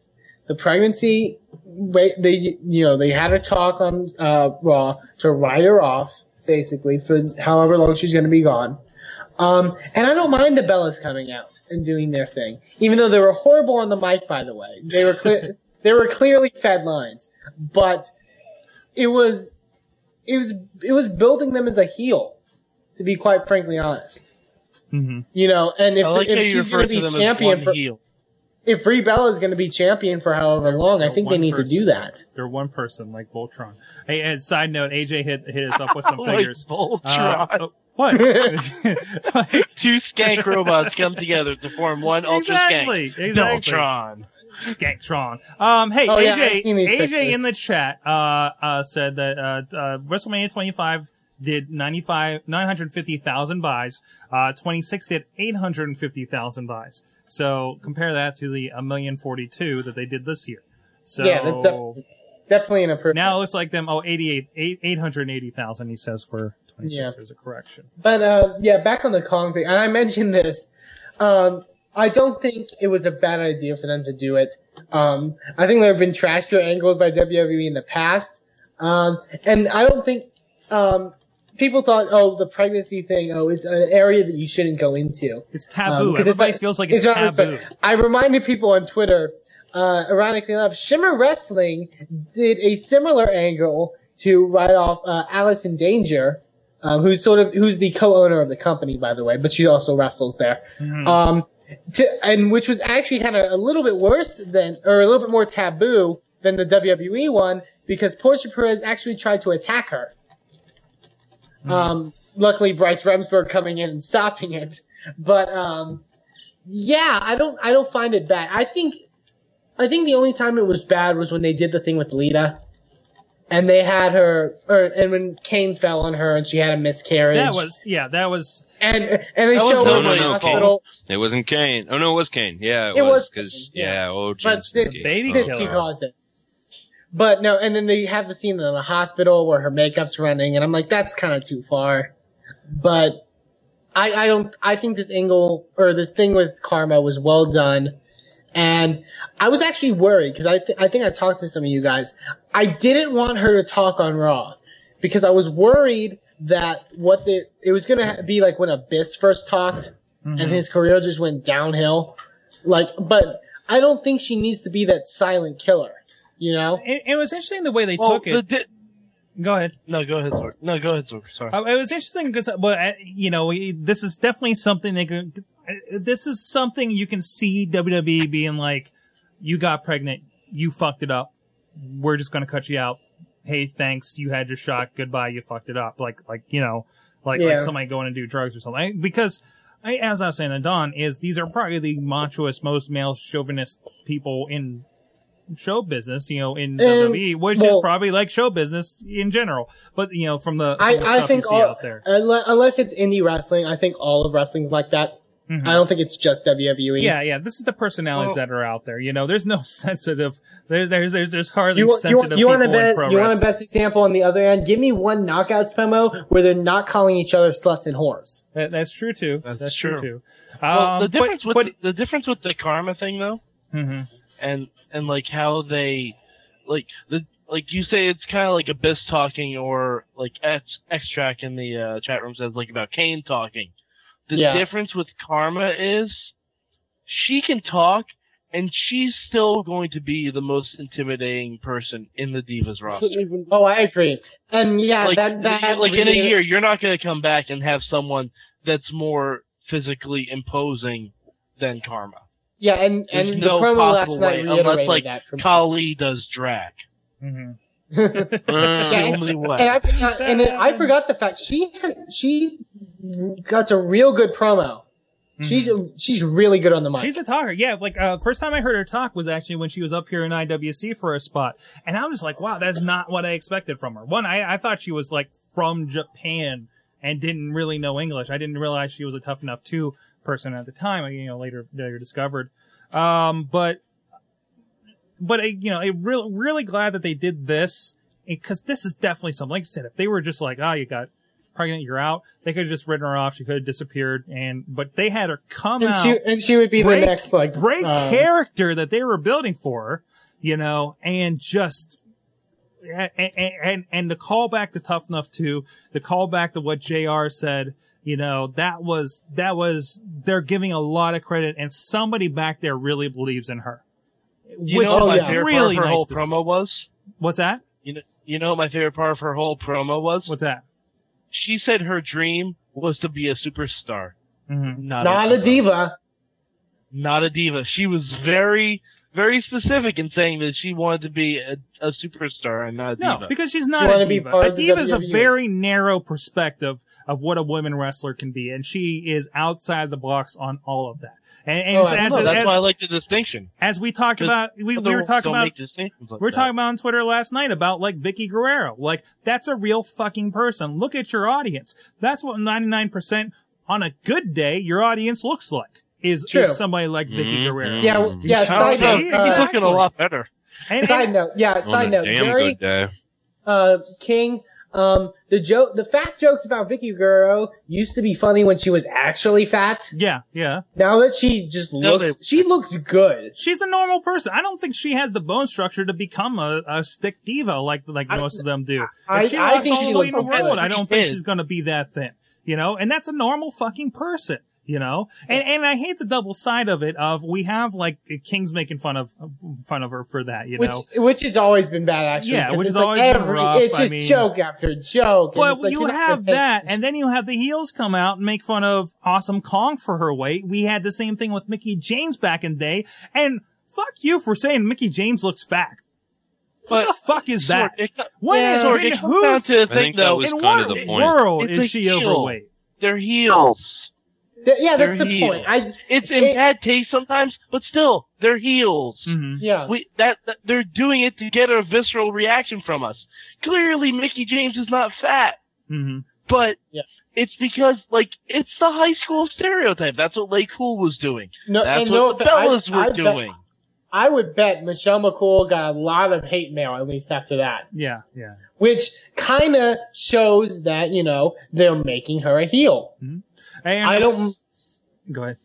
The pregnancy, wait, they you know they had a talk on uh, Raw to write her off basically for however long she's going to be gone. Um, and I don't mind the Bellas coming out and doing their thing, even though they were horrible on the mic. By the way, they
[laughs]
were cle- they were clearly fed lines, but it was it was it was building them as a heel, to be quite frankly honest.
Mhm.
You know, and if,
Mm-hmm. I like
if
how you
she's
refer
going
to
to be
them
champion
as
for
[laughs]
one heel.
if Brie Bella is going to be champion for however long, I think they
One
need to
person.
do that.
They're one person, like Voltron. Hey, and side note, AJ hit hit us up
[laughs]
with some
Like
figures. Uh,
Voltron.
[laughs] oh, what? Like,
Two skank robots come together to
[laughs]
form one ultra skank.
exactly, exactly.
Voltron.
Skanktron. Um, hey,
Oh,
AJ,
yeah, I've seen these
AJ
pictures.
in the chat uh, uh, said that uh, uh, WrestleMania 25 did 95 950,000 buys. Uh, 26 did 850,000 buys. So compare that to the a million forty two that they did this year. So
Yeah, that's definitely- Definitely an improvement.
now it looks like them. Oh, 88, 880,000, he says, for 26.
Yeah.
There's a correction.
But uh, yeah, back on the Kong thing, and I mentioned this. Um, I don't think it was a bad idea for them to do it. Um, I think there have been trashier angles by WWE in the past, um, and I don't think um, people thought, "Oh, the pregnancy thing. Oh, it's an area that you shouldn't go into."
It's
Um,
taboo.
'cause it's
Everybody feels like it's,
not
taboo.
respect- I reminded people on Twitter, uh, ironically enough, Shimmer Wrestling did a similar angle to write off uh, Alice in Danger, um, who's sort of who's the co-owner of the company, by the way, but she also wrestles there.
Mm-hmm.
Um, to, and which was actually kind of a little bit worse than, or a little bit more taboo than the WWE one, because Portia Perez actually tried to attack her. Um, luckily, Bryce Remsburg coming in and stopping it. But um, yeah, I don't, I don't find it bad. I think, I think the only time it was bad was when they did the thing with Lita, and they had her, or and when Kane fell on her and she had a miscarriage.
That was, yeah, that was,
and and they
was
show her
no,
in
no,
the
no,
hospital.
It wasn't Kane. Oh no, it was Kane. Yeah, it,
It
was
was
because
Kane,
yeah.
yeah.
Oh,
But
Jensen's
Stitch-
gay.
Baby
Oh,
killer.
[laughs]
Snitsky caused it. But no, and then they have the scene in the hospital where her makeup's running, and I'm like, that's kind of too far. But I, I don't, I think this angle or this thing with Karma was well done, and I was actually worried because I, th- I think I talked to some of you guys. I didn't want her to talk on Raw because I was worried that what the it was gonna ha- be like when Abyss first talked,
Mm-hmm.
and his career just went downhill. Like, but I don't think she needs to be that silent killer. You know?
it, it was interesting the way they
Well,
took
the
it.
di-
Go ahead.
no, go ahead, Zork. No, go ahead, Zork. Sorry.
Uh, it was interesting because, but uh, you know, we- this is definitely something they could. uh, This is something you can see WWE being like, "You got pregnant, you fucked it up. We're just gonna cut you out. Hey, thanks, you had your shot. Goodbye, you fucked it up." Like, like you know, like like
Yeah.
somebody going to do drugs or something. I- Because, I, as I was saying to Don, is these are probably the machoist, most male chauvinist people in show business. You know, in WWE, which is
well-
probably like show business in general. But you know, from the some of the
I, I
stuff
think
you see
all,
out there.
unle- unless it's indie wrestling, I think all of wrestling's like that.
Mhm.
I don't think it's just E. WWE.
Yeah, yeah. This is the personalities that are out there. You know, there's no [laughs] sensitive. There's there's there's, there's hardly
You, want- you,
sensitive
want- you want a
people in
best,
pro
you want a
wrestling.
best example on the other end? Give me one knockouts promo where they're not calling each other sluts and whores.
That- that's true too. That's,
That's
true
true.
too.
Well, the
Um,
difference
but, Mm-hmm,
with
but
the difference with the karma thing though,
mhm.
and and like how they, like the like you say, it's kind of like Abyss talking, or like X Track in the uh, chat room says, like about Kane talking. The
Yeah.
difference with Karma is she can talk, and she's still going to be the most intimidating person in the Divas roster.
Couldn't even.
Oh, I agree. And yeah,
like,
that that
like in a
really-
year, you're not going to come back and have someone that's more physically imposing than Karma.
Yeah, and
There's
and
no
the promo last
possible
night
way,
reiterated
unless like
that for me.
Kali does drag.
hmm
Uh,
Yeah,
Only way.
And I forgot, and I forgot the fact she she cuts a real good promo. She's she's really good on the mic.
Mm-hmm. She's a talker. Yeah, like uh, first time I heard her talk was actually when she was up here in IWC for a spot, and I'm just like, wow, that's not what I expected from her. One, I, I thought she was like from Japan and didn't really know English. I didn't realize she was a tough enough two person at the time. I, you know, later later discovered. Um, but but uh, you know, it really really glad that they did this because this is definitely something. Like I said, if they were just like, ah, you got pregnant, you're out, they could have just written her off. She could have disappeared, and but they had her come
and
out
she and she would be
break,
the next like
break
Uh,
um,
character that they were building for, her, you know, and just and and, and the callback to Tough Enough Two, the callback to what Jr. said, you know, that was that was they're giving a lot of credit, and somebody back there really believes in her.
you
which
know what
is
my
yeah.
favorite
really
part of her
nice
whole
to see.
promo was?
What's that?
You know, you know what my favorite part of her whole promo was?
What's that?
She said her dream was to be a superstar,
hmm
not,
not a diva.
Not a diva. She was very, very specific in saying that she wanted to be a, a superstar and not a
No,
diva.
because she's
She
not
wanted
a
to be
diva.
part
A
of the E.
diva is a
WWE.
very narrow perspective of what a women wrestler can be, and she is outside the box on all of that. And, and
Oh,
as,
No,
absolutely.
as,
that's why I
as,
like the distinction.
we talked
'Cause
about, we, we
Other
were
ones
talking
don't
about
make distinctions like
we were
that.
talking about on Twitter last night about like Vicky Guerrero. Like that's a real fucking person. Look at your audience. That's what 99% on a good day your audience looks like is,
True.
is somebody like Vicky
Mhm.
Guerrero.
Yeah, w- yeah.
shall
Side
see,
note,
He's
uh,
exactly.
looking a lot better.
And,
side
and,
note, yeah.
on a
Side note,
damn
Jerry
good day.
uh, King. Um, the joke, the fat jokes about Vicky Guerrero used to be funny when she was actually fat.
yeah, yeah.
Now that she just
No,
looks, she looks good.
She's a normal person. I don't think she has the bone structure to become a, a stick diva like like
I-
most of them do.
I-
if she
I
lost
think
all
she
the weight in the
looks good.
world, I don't think
She is.
she's going to be that thin, you know. And that's a normal fucking person, you know. And and I hate the double side of it. Of we have like King's making fun of fun of her for that, you
Which,
know.
which has always been bad, actually.
Yeah,
'cause
which
it's
has
like
always been
every,
rough,
It's
I
just
mean-
joke after joke. and
But
it's like,
you
you're not
have
gonna-
that, and then you have the heels come out and make fun of Awesome Kong for her weight. We had the same thing with Mickey James back in the day, and fuck you for saying Mickey James looks fat. what
But
the fuck is that?
Sorg, it co-
What
Yeah.
is-
Sorg,
in
it comes down
who's
to the
I
thing,
think that
though.
was
in
kinda
what
the point.
world
It's
is
a
she
heel.
overweight?
They're heels.
Th- yeah,
They're
that's the
heels.
point. I,
It's in
It-
bad taste sometimes, but still, they're heels.
Mm-hmm.
yeah.
We that, that they're doing it to get a visceral reaction from us. Clearly, Mickey James is not fat,
Mm-hmm.
but
Yeah.
it's because like it's the high school stereotype. That's what Lay Cool was doing.
no,
That's
and no,
what the
offe- I-
fellas
I
were
bet-
doing.
I would bet Michelle McCool got a lot of hate mail, at least after that,
Yeah, yeah.
which kind of shows that, you know, they're making her a heel.
And
I don't,
go ahead.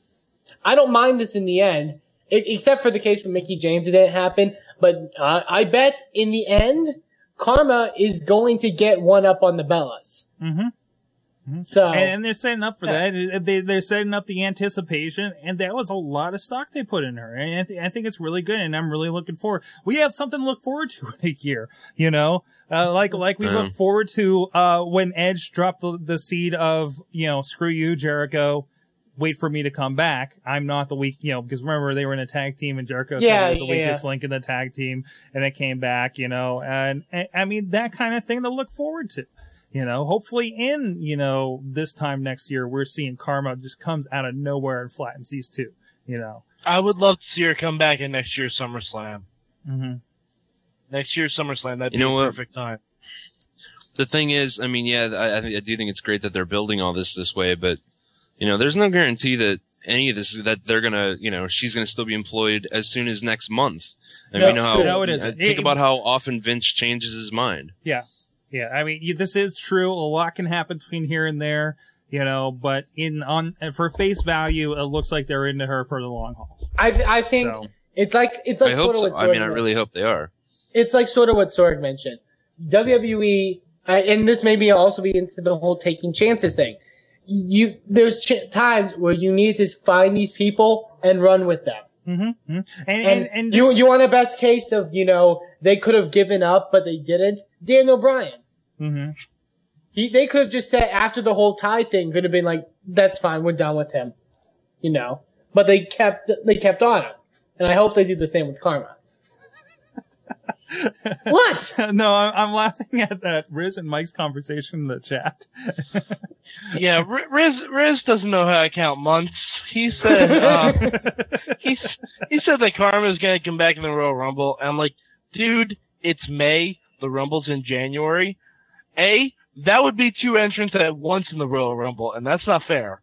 I don't mind this in the end, e- except for the case with Mickey James, it didn't happen. But uh, I bet in the end, Karma is going to get one up on the Bellas.
Mm-hmm.
So
And, and they're setting up for that. Uh, They, they're setting up the anticipation, and that was a lot of stock they put in her. And I, th- I think it's really good, and I'm really looking forward. We have something to look forward to [laughs] in a year, you know? Uh, like, like we
Yeah.
look forward to, uh, when Edge dropped the, the seed of, you know, screw you, Jericho. Wait for me to come back. I'm not the weak, you know, because remember they were in a tag team and Jericho said
Yeah,
he was the
yeah,
weakest link in the tag team and it came back, you know, and, and I mean, that kind of thing to look forward to you know hopefully in you know this time next year we're seeing karma just comes out of nowhere and flattens these two you know
I would love to see her come back in next year's SummerSlam.
mm-hmm.
Next year's SummerSlam, that'd
You
be
know
a
what?
perfect time.
The thing is, I mean, yeah, I, I think- I do think it's great that they're building all this this way, but you know, there's no guarantee that any of this that they're gonna, you know, she's gonna still be employed as soon as next month. And
No,
we know how.
no, it
I
isn't.
think
It-
about how often Vince changes his mind.
yeah i mean you- this is true a lot can happen between here and there you know but in on and for face value it looks like they're into her for the long haul
I, I think
so
it's like it's
I
like
hope
sort
so.
of what
I mean, I
Jordan-
really hope they are.
it's like sort of what Sorg mentioned. WWE, uh, and this may be also be into the whole taking chances thing. You there's ch- times where you need to find these people and run with them.
Mm-hmm. And
And,
and, and
you
this-
you want a best case of you know they could have given up but they didn't. Dan O'Brien,
Mhm.
he they could have just said after the whole tie thing could have been like that's fine we're done with him, you know. But they kept they kept on him, and I hope they do the same with
[laughs]
Karma. what?
[laughs] no, I'm, I'm laughing at that Riz and Mike's conversation in the chat.
Yeah, R- Riz Riz doesn't know how to count months. He said uh, he he said that Karma's gonna come back in the Royal Rumble. And I'm like, dude, it's May. The Rumble's in January. A, that would be two entrants at once in the Royal Rumble, and that's not fair.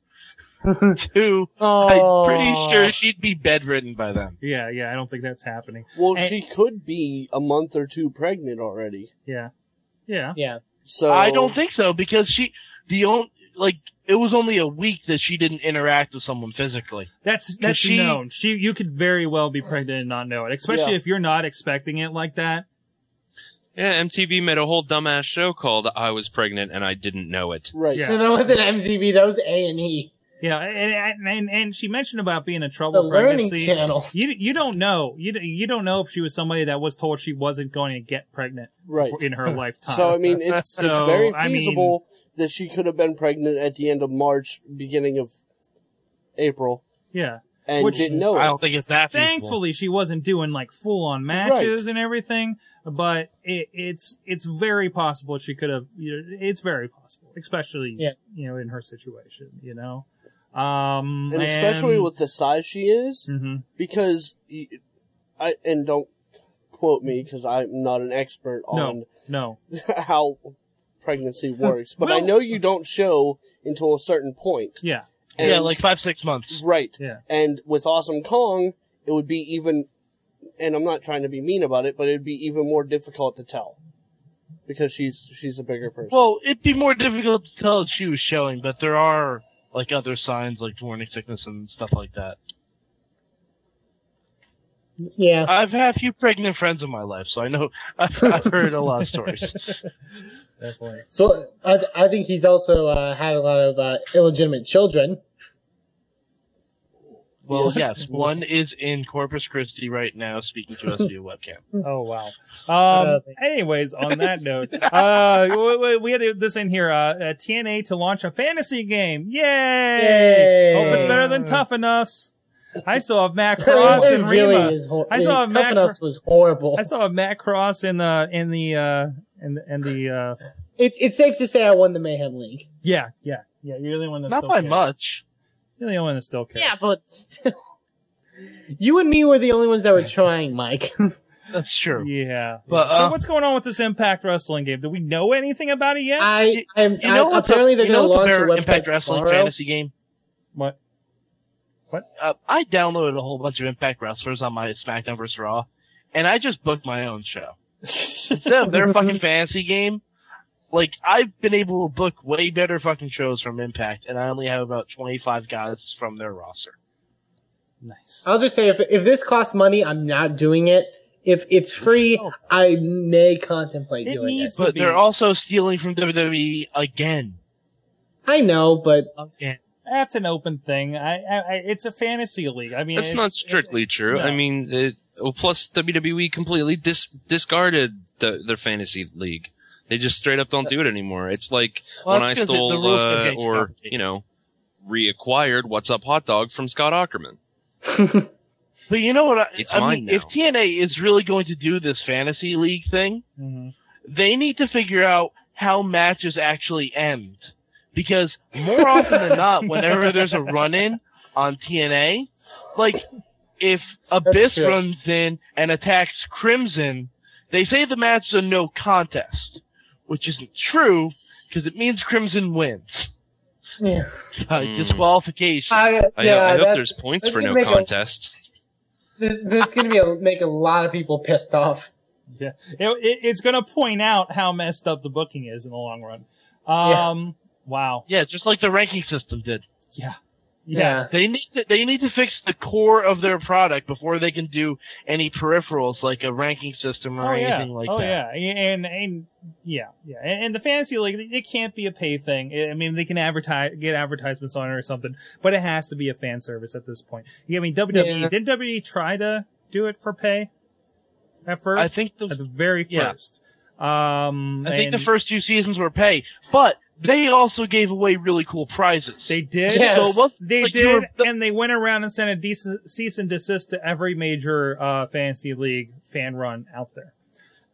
Two, I'm pretty
Oh.
sure she'd be bedridden by then.
yeah, yeah, I don't think that's happening.
Well,
And-
she could be a month or two pregnant already.
Yeah, yeah.
Yeah.
So
I don't think so because she the only like it was only a week that she didn't interact with someone physically.
That's that's
she-
known. She you could very well be pregnant and not know it, especially
Yeah.
if you're not expecting it like that.
Yeah, MTV made a whole dumbass show called "I Was Pregnant and I Didn't Know It."
Right.
Yeah.
So that wasn't MTV. That was A and E,
Yeah, and and and she mentioned about being in
the
trouble
Learning
pregnancy.
Channel.
You you don't know. You you don't know if she was somebody that was told she wasn't going to get pregnant
Right.
in her lifetime.
[laughs] So I
[laughs]
mean, it's,
So,
it's very
I mean-
feasible that she could have been pregnant at the end of March, beginning of April,
yeah.
and
Which-
didn't know.
I
it.
don't think it's that feasible.
Thankfully, she wasn't doing like full on matches and everything, but it, it's it's very possible she could have. You know, it's very possible, especially
Yeah.
you know in her situation. You know, um,
and especially with the size she is,
hmm
because y- I and don't quote me because I'm not an expert
No.
on [laughs]
no,
how
[laughs]
pregnancy works, but I
Well-
know you don't show until a certain point.
yeah,
And,
yeah, like five six months.
right.
yeah,
And with Awesome Kong, it would be even, and I'm not trying to be mean about it, but it'd be even more difficult to tell because she's she's a bigger person.
Well, it'd be more difficult to tell if she was showing, but there are like other signs like morning sickness and stuff like that.
Yeah.
I've had a few pregnant friends in my life, so I know [laughs] I've, I've heard a lot of
[laughs]
stories.
definitely.
So I, I think he's also uh, had a lot of uh,
[laughs]
illegitimate children.
Well,
Yes.
yes, one is in Corpus Christi right now, speaking
[laughs]
to us via webcam.
Oh wow.
Uh,
Um. Anyways, on that
[laughs]
note, uh, we- we, we had this in here. Uh, uh, TNA to launch a fantasy game. Yay!
Yay.
Hope it's better than Tough Enoughs. I still have Matt Cross
[laughs] it
and Rima.
really is horrible.
I saw a
Tough
Mac-
Enoughs was horrible.
I saw Matt Cross in the in the uh in the, in the uh
It's it's safe to say I won the Mayhem League.
yeah yeah yeah you're the only one that's
Not
still
by
cares.
much.
you're the only one that still cares.
Yeah, but still. [laughs] You and me were the only ones that were trying,
[laughs]
Mike.
That's true.
yeah.
But,
so
uh,
what's going on with this Impact Wrestling game? Do we know anything about it yet?
I, I'm,
You know
I
what's
apparently
a,
they're
you
going
know
to
what's
launch
a better
a website
Impact Wrestling
tomorrow.
fantasy game.
what?
Uh, I downloaded a whole bunch of Impact wrestlers on my SmackDown vs. Raw, and I just booked my own show. instead of their fucking fantasy game, like I've been able to book way better fucking shows from Impact, and I only have about twenty five guys from their roster.
nice.
I'll just say if if this costs money, I'm not doing it. If it's free, I may contemplate
It
doing
needs to
But
be.
they're also stealing from WWE again.
it. I know, but
Again.
that's an open thing. I, I, I it's a fantasy league. I mean,
That's
it's-
not strictly true.
no.
I mean, it, well, plus WWE completely dis- discarded the, their fantasy league. They just straight up don't do it anymore. It's like
Well,
when I
that's 'cause it- the
stole
rules are
uh,
getting
or
complicated.
you know reacquired What's Up Hot Dog from Scott Ackerman.
But you know what? I,
It's
I mean,
mine now.
if TNA is really going to do this fantasy league thing,
Mhm.
Mm-hmm.
they need to figure out how matches actually end. Because more often than
[laughs]
not, whenever there's a run in on TNA, like if Abyss
true.
runs in and attacks Crimson, they say the match is a no contest, which isn't true because it means Crimson wins.
yeah.
Uh,
Mm.
Disqualification.
I,
I,
yeah,
I hope
that's-
there's points
that's
for
gonna
no
make a-
contests.
This, this is going to be a, make a lot of people pissed off.
Yeah, it, it, it's going to point out how messed up the booking is in the long run. Um, wow.
yeah, just like the ranking system did.
Yeah.
Yeah.
They need to, they need to fix the core of their product before they can do any peripherals like a ranking system or
oh yeah.
anything like
oh
that.
yeah. And and yeah, yeah. And, and the fantasy league, it can't be a pay thing. I I mean, they can advertise, get advertisements on it or something, but it has to be a fan service at this point. Yeah, I mean, E, WWE
Yeah.
did WWE try to do it for pay at first?
I think the
at the very
yeah.
first. Um,
I think the
and
first two seasons were pay, but they also gave away really cool prizes.
they did.
Yes.
So it wasn't
They
like you
did,
were-
and they went around and sent a dec- cease and desist to every major uh, fantasy league fan run out there.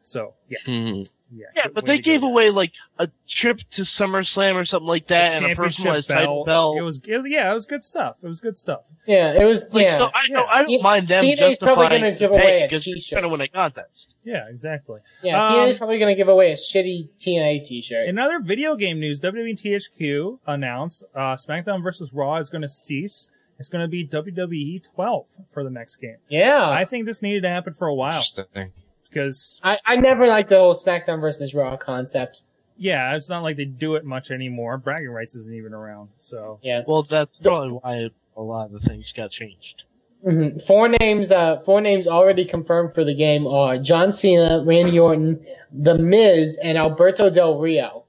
So yeah,
Mhm.
yeah,
yeah,
good
but
way
they
to go
gave
there.
away like a trip to SummerSlam or something like that, and a personalized title belt.
It was, it was- yeah, it was good stuff. It was good stuff.
Yeah, it was.
Like,
yeah.
so I, no, I don't
Yeah.
mind them
TNA is
justifying
probably gonna give
the pay
away a
because
t-shirt.
You're trying to win a contest.
Yeah, exactly.
Yeah,
Um,
TNA's probably gonna give away a shitty TNA T-shirt.
In other video game news, WWE THQ announced uh, SmackDown vs. Raw is going to cease. It's going to be WWE 12 for the next game.
Uh,
yeah,
I think this needed to happen for a while
Interesting.
because,
I, I never liked the whole SmackDown versus Raw concept.
yeah, it's not like they do it much anymore. Bragging rights isn't even around. So,
Yeah,
Well, that's probably why a lot of the things got changed.
Mhm. Four names. Uh, four names already confirmed for the game are John Cena, Randy Orton, The Miz, and Alberto Del Rio.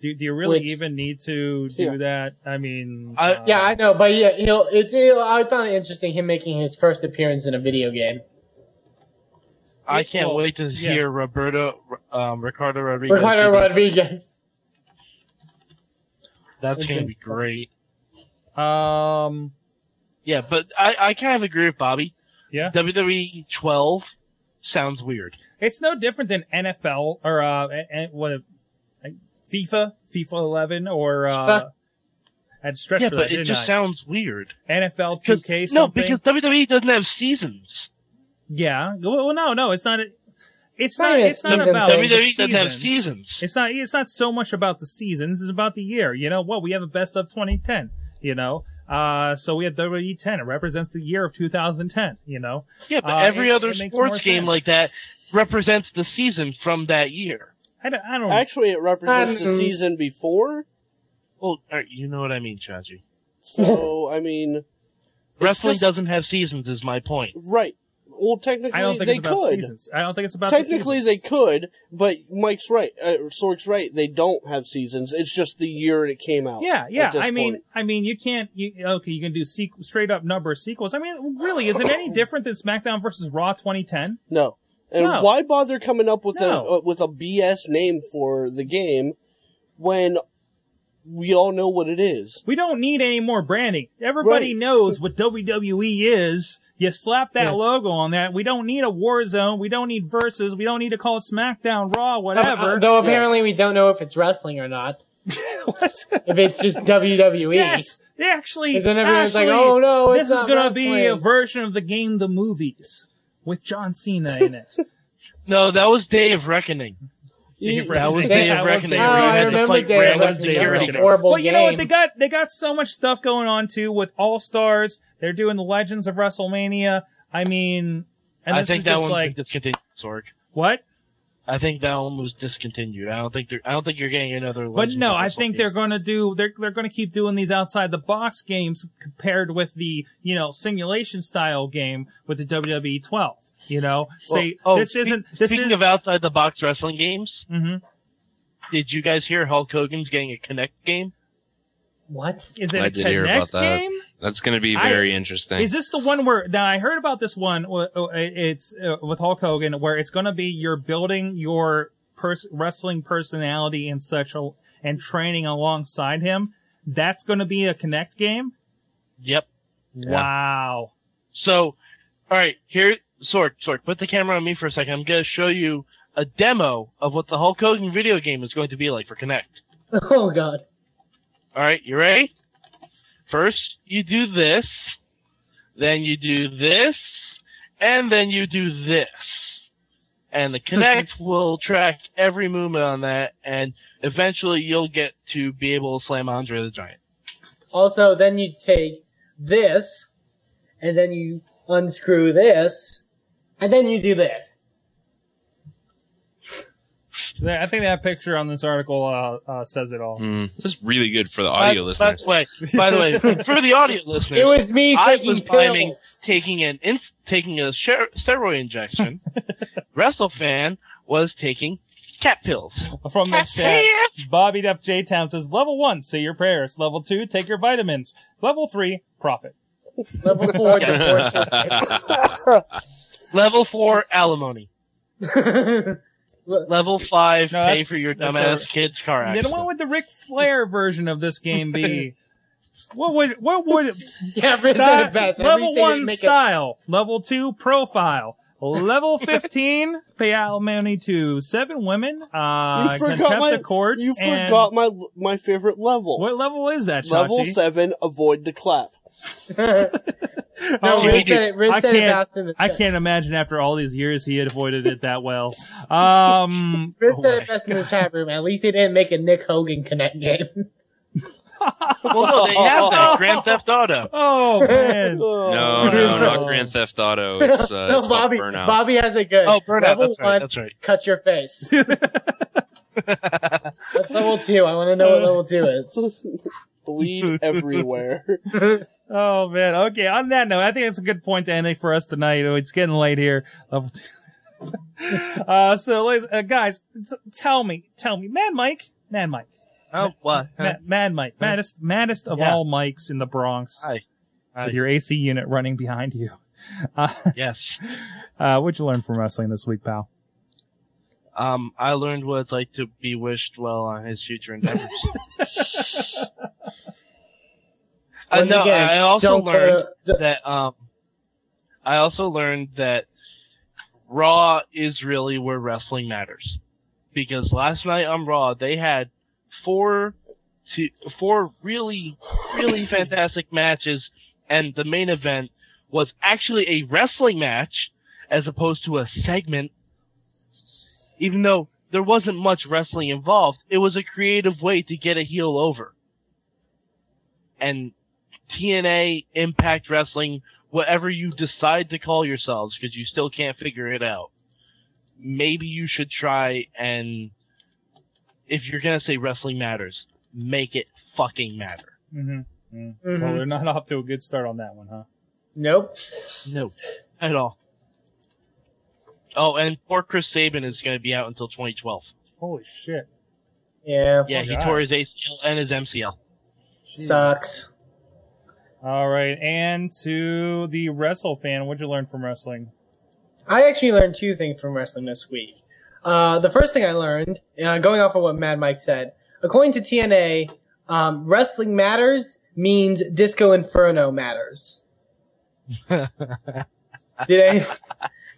do, do you really
Which-
even need to do
Yeah.
that? I mean,
I-
Yeah, I know, but yeah, he'll. It's. He'll, I found it interesting him making his first appearance in a
[laughs]
video game.
I can't
well,
wait to
yeah.
hear Roberto, um, Ricardo Rodriguez.
Ricardo
do that.
[laughs]
Rodriguez.
That's gonna be great.
um,
Yeah, but I, I kind of agree with Bobby.
yeah.
WWE 12 sounds weird.
It's no different than NFL or uh, a- a- what like FIFA, FIFA 11, or uh,
Huh.
I had to stretch
yeah,
for
but
that,
it
didn't
just
I?
sounds weird.
NFL
'Cause-
2K something.
no, because WWE doesn't have seasons.
yeah, well, well, no, no, it's not. It's
Not
not.
even
It's not
season
about
thing.
the
WWE E doesn't have
seasons.
seasons.
It's not. It's not so much about the seasons. It's about the year. You know what? We have a best of 2010. You know. Uh, so we have WWE 10. It represents the year of 2010. You know.
Yeah, but
Uh,
every
it-
other
it makes more
sports game
sense.
like that represents the season from that year.
I don't. I don't
Actually, it represents the
Um,
season before.
Well, er, you know what I mean, Chachi.
So I mean, it's
Wrestling
just-
doesn't have seasons, is my point.
right. Well, technically,
I don't think
they
it's about
could.
seasons. I don't think it's about the
Technically,
seasons.
they could, but Mike's right. Uh, Sork's right. They don't have seasons. It's just the year it came out.
Yeah,
at
yeah.
this
I mean,
point.
I mean, you can't. You, okay, you can do sequ- straight up number of sequels. I mean, really, is it any different than SmackDown versus Raw 2010?
no. And
No.
why bother coming up with
No.
a uh, with a BS name for the game when we all know what it is?
We don't need any more branding. Everybody
Right.
knows what WWE is. You slap that
Yeah.
logo on that. We don't need a war zone. We don't need verses. We don't need to call it SmackDown, Raw,
Uh,
whatever.
though apparently we don't know if it's wrestling or not.
[laughs] What?
If it's just WWE.
yes, they actually.
E. And then everyone's like,
actually,
"Oh, no, it's
this is
not
gonna be a
wrestling."
version of the game, the movies, with John Cena in
[laughs]
it.
No, that was Day of Reckoning.
You've
That was
reckoned-
Day of
that was
Reckoning.
Day
Oh,
of
where you
I
had to
remember
fight
Day of
Brad
That was
Pitt.
Day of
That was a
Reckoning.
horrible
well, you know what?
game.
They got they got so much stuff going on too with All Stars. They're doing the Legends of WrestleMania. I mean, and
I
this
think
is
that
just
one
like
was discontinued, Sorg.
what?
I think that one was discontinued. I don't think they're. I don't think you're getting another.
But
Legends
no,
of
I think
WrestleMania.
they're going to do they're they're going to keep doing these outside the box games compared with the you know simulation style game with the WWE 12. You know,
Well,
say
oh,
this
speak-
isn't this
Speaking
is
of outside the box wrestling games,
Mhm.
did you guys hear Hulk Hogan's getting a Connect game?
What? [laughs]
is it
I
a
did hear
Kinect
about that.
game?
That's going to be
I-
very interesting.
Is this the one where now I heard about this one? wh- uh, It's uh, with Hulk Hogan, where it's going to be you're building your pers- wrestling personality and such, al- and training alongside him. That's going to be a Connect game.
Yep.
Wow.
So, all right, here, Sork, Sork, put the camera on me for a second. I'm going to show you a demo of what the Hulk Hogan video game is going to be like for Connect.
Oh god.
All right, you ready? First, you do this, then you do this, and then you do this. And the
[laughs]
Connect will track every movement on that, and eventually you'll get to be able to slam Andre the Giant.
Also, then you take this, and then you unscrew this, and then you do this.
I think that picture on this article uh, uh, says it
Hmm.
all.
Mm, this is really good for the audio
By-
listeners.
By, the way, by the way,
[laughs]
for the audio listeners,
It was me
I was
taking
timing
pills.
taking an in, taking a sher-
[laughs]
steroid injection. WrestleFan was taking cat pills.
From
[laughs]
the chat,
Yes.
Bobby Duff J Town says level one, say your prayers. Level two, take your vitamins. Level three, profit.
Level
[laughs]
four divorce.
Level four alimony. [laughs]
[laughs]
Level five
No,
pay
that's-
for your
that's
dumbass
over.
kids car
Then what [laughs]
accident.
would the Ric Flair version of this game
[laughs]
be? what would what would
yeah, Riz
Sty-
are the best. At
level
least they didn't
one
make it- [laughs]
style, level two profile, level fifteen pay alimony to seven women. Uh,
you forgot
contempt
my
the court.
You
and-
forgot my my favorite level.
What level is that, Chachi?
level seven. Avoid the
[laughs]
clap.
No,
Oh,
Riz
dude,
said it. Riz
I
said it
can't-
best in the
I
chat.
can't imagine after all these years he had avoided it that well. Um,
Riz
Oh
said
my
it best in the chat room. At least they didn't make a Nick Hogan Connect game.
well, no, they have that Grand Theft Auto.
[laughs]
[laughs] oh man,
[laughs] No, no, not Grand Theft Auto. It's, uh,
[laughs] no,
it's called
Bobby.
Burnout.
Bobby has a good.
Oh, burnout.
Level
That's right.
one,
That's right.
cut your
[laughs]
face. [laughs] That's level two. I want to know what level two is.
[laughs] Bleed everywhere. [laughs]
oh man. Okay, on that note, I think it's a good point to end it for us tonight. Oh, It's getting late here. Level two. [laughs] uh, so, ladies- uh, guys, t- tell me, tell me, Mad Mike, Mad Mike,
Oh, what?
[laughs] Ma- Mad Mike, maddest, maddest of
Yeah.
all mics in the Bronx,
Hi. Hi.
with your AC unit running behind you. [laughs]
Yes.
Uh, what'd you learn from wrestling this week, pal?
Um, I learned what it's like to be wished well on his future endeavors.
[laughs]
I
Once
know.
again,
Uh, I also
don't
learned
put a-
that. Um, I also learned that Raw is really where wrestling matters, because last night on Raw they had four, to, four really, really fantastic matches, and the main event was actually a wrestling match as opposed to a segment. Even though there wasn't much wrestling involved, it was a creative way to get a heel over. And TNA, Impact Wrestling, whatever you decide to call yourselves, because you still can't figure it out. Maybe you should try and, if you're gonna say wrestling matters, make it fucking matter.
Mm-hmm.
Mhm.
So they're not off to a good start on that one, huh?
Nope.
No, at all. Oh, and poor Chris Sabin is gonna be out until 2012.
Holy shit.
Yeah.
Yeah,
my
he
Oh God.
tore his ACL and his MCL.
Sucks.
All right, and to the wrestle fan, what'd you learn from wrestling?
I actually learned two things from wrestling this week. Uh, the first thing I learned, uh, going off of what Mad Mike said, according to TNA, um, wrestling matters means Disco Inferno matters. Did any?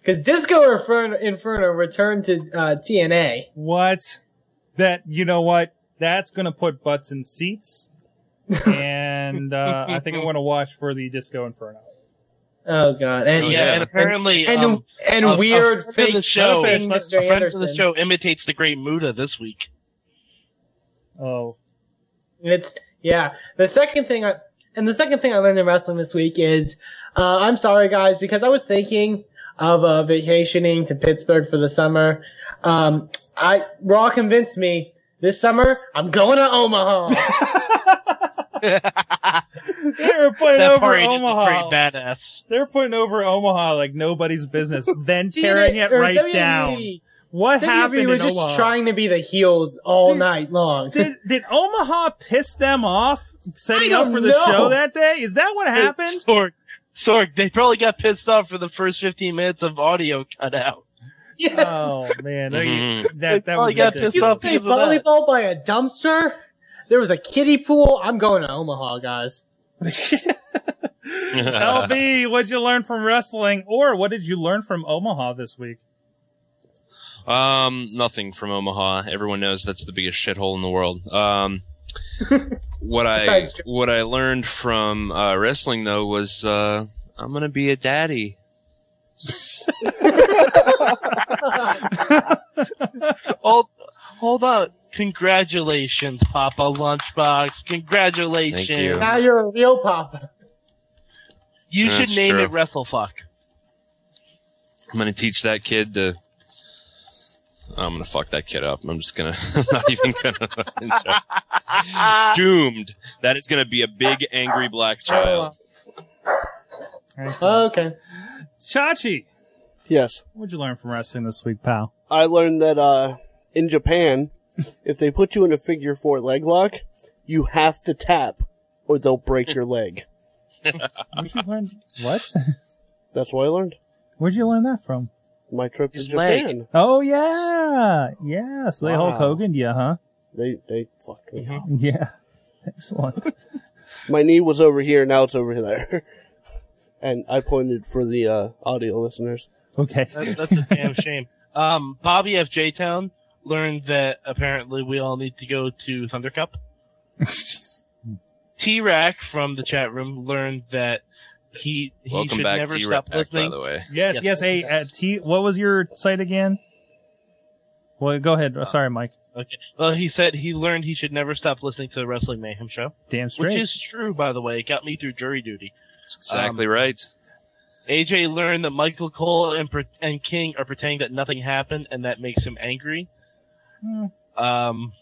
Because Disco Inferno, Inferno returned to uh, TNA.
What? That you know what? That's gonna put butts in seats, and uh, I think I'm gonna watch for the Disco Inferno.
Oh god! And
Oh,
yeah,
yeah.
and apparently,
and
um,
and
a- a
weird
friend of
fake
the show-
thing,
Let's-
Mr.
a friend of the
Anderson.
show imitates the Great Muda this week.
Oh,
It's yeah. The second thing I and the second thing I learned in wrestling this week is uh, I'm sorry guys because I was thinking of uh, vacationing to Pittsburgh for the summer. Um, I Raw convinced me this summer I'm going to Omaha. [laughs]
they were putting
that
over
party is
Omaha.
pretty badass.
They're putting over Omaha like nobody's
[laughs]
business, then tearing it
or
right
WWE.
down. What happened
WWE E were
in
just
Omaha?
trying to be the heels all
Did-
night long. [laughs]
did, did Omaha piss them off setting
I
up
don't
for the
know.
show that day? Is that what happened?
Sorg, Sorg, they probably got pissed off for the first 15 minutes of audio cut out.
yes.
[laughs]
Oh man, there you-
Mm-hmm.
that that
Well,
was
you got
ridiculous.
pissed off.
Play
because of that.
volleyball by a dumpster. There was a kiddie pool. I'm going to Omaha, guys.
[laughs]
[laughs]
LB, what'd you learn from wrestling, or what did you learn from Omaha this week?
Um, nothing from Omaha. Everyone knows that's the biggest shithole in the world. Um,
[laughs]
what I
Besides-
what I learned from uh, wrestling though was uh, I'm gonna be a daddy.
Hold, hold on. Congratulations, Papa Lunchbox. Congratulations.
Thank you.
Now you're a real papa.
You should
That's
name
true.
it WrestleFuck.
I'm gonna teach that kid to I'm gonna fuck that kid up. I'm just gonna [laughs] I'm not even gonna [laughs] fucking
[laughs]
try. doomed. That is gonna be a big angry black
Oh,
child.
Excellent.
Okay.
Chachi,
Yes.
what'd you learn from wrestling this week, pal?
I learned that uh, in Japan, if they put you in a figure four leg lock, you have to tap or they'll break your leg.
Where'd you
[laughs]
learn what? [laughs]
That's what I learned.
Where'd you learn that from?
My trip to
His
Japan.
leg.
Oh yeah, yeah. So they
Wow.
Hulk Hogan, yeah, huh? [laughs]
They they fucked me. up.
Yeah, excellent.
My knee was over here, now it's over there. [laughs] and I pointed for the uh, audio listeners.
Okay.
That's, that's a
[laughs]
damn shame. Um, Bobby F. J. Town learned that apparently we all need to go to Thunder
[laughs]
Cup. T Rack from the chat room learned that he he
Welcome
should
back
never
T
stop
Rack, by
listening.
the way.
Yes, yes. Hey, uh, T, what was your site again? Well, go ahead. Uh, Sorry, Mike.
Okay. Well, he said he learned he should never stop listening to the Wrestling Mayhem show,
Damn
which
straight.
is true, by the way. It got me through jury duty.
That's exactly right.
Um, AJ learned that Michael Cole and, pre- and King are pretending that nothing happened, and that makes him angry.
Hmm.
Um,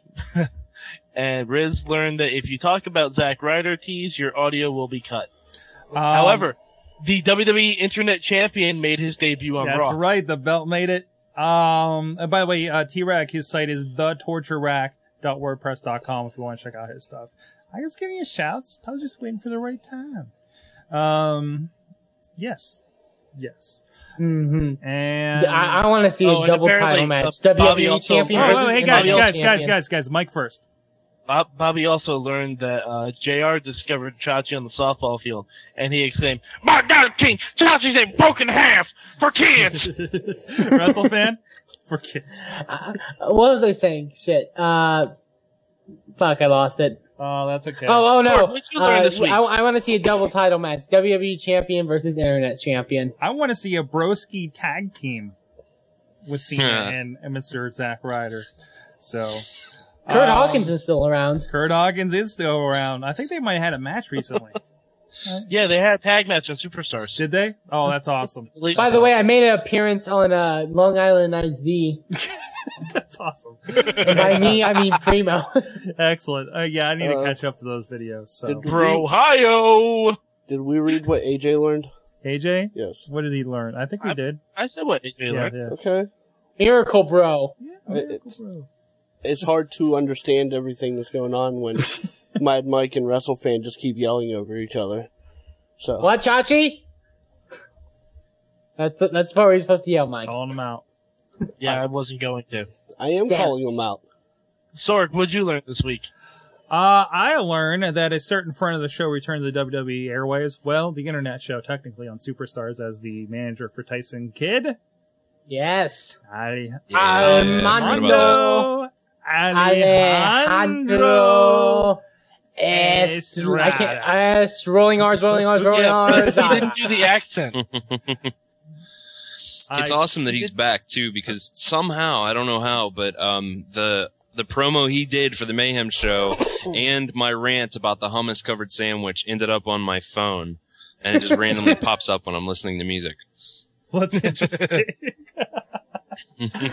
[laughs] and Riz learned that if you talk about Zack Ryder tease, your audio will be cut.
Um,
However, the WWE Internet Champion made his debut on
that's
Raw.
right. The belt made it. Um. And by the way, uh, T Rack, his site is thetorturerack.wordpress.com if you want to check out his stuff. I was giving you shouts. I was just waiting for the right time. Um. Yes. Yes.
Mm-hmm.
And
I, I want to see
Oh,
a
and
double
apparently,
title
uh,
match.
Bobby
WWE
also-
Oh,
champion.
wait,
versus
wait, hey guys,
NWO
guys, guys,
champion.
guys, guys. Mike
[laughs]
first.
Bob, Bobby also learned that uh, JR discovered Chachi on the softball field, and he exclaimed, My God, King, Chachi's a broken half for
[laughs]
kids!
Wrestle fan for kids.
Uh, what was I saying? Shit. Uh, fuck, I lost it.
Oh, that's okay.
Oh, oh no!
Lord, what'd you learn
Uh,
this week?
I, want to see a double title match: WWE Champion versus Internet Champion.
I want to see a broski tag team with Cena
Yeah.
and, and Mr. Zack Ryder. So
Kurt
um,
Hawkins is still around.
Kurt Hawkins is still around. I think they might have had a match recently.
yeah, they had a tag match on Superstars.
Did they? Oh, that's awesome.
By the way, I made an appearance on uh, Long Island IZ.
That's awesome. [laughs]
And [laughs] by me, I mean Primo. [laughs]
Excellent. Uh, yeah, I need to
Uh,
catch up to those videos. So
did-
Brohio!
Did we read what AJ learned?
AJ,
Yes.
what did he learn? I think we
I-
did.
I said what AJ
Yeah,
learned.
yeah.
Okay.
Miracle Bro.
Yeah,
It-
Miracle Bro.
It's hard to understand everything that's going on when Mad Mike and WrestleFan just keep yelling over each other. So
What, Chachi? That's that's what we're supposed to yell, Mike.
Calling him out.
Yeah, I wasn't going to.
I am
Damn.
calling him out.
Sorg, what'd you learn this week?
Uh, I learned that a certain friend of the show returned to the WWE Airways. Well, the internet show, technically on Superstars, as the manager for Tyson Kidd.
Yes.
I
Yeah, I forgot about that.
Alejandro. Alejandro.
Alejandro. S.
Estrada.
I can't. S. Rolling R's. Rolling R's.
[laughs]
Rolling
Yeah,
R's.
but he didn't do [laughs] the accent.
[laughs] It's
I-
[laughs] awesome that he's back too, because somehow I don't know how, but um, the the promo he did for the Mayhem show and my rant about the hummus covered sandwich ended up on my phone, and it just randomly pops up when I'm listening to music. [laughs]
What's interesting,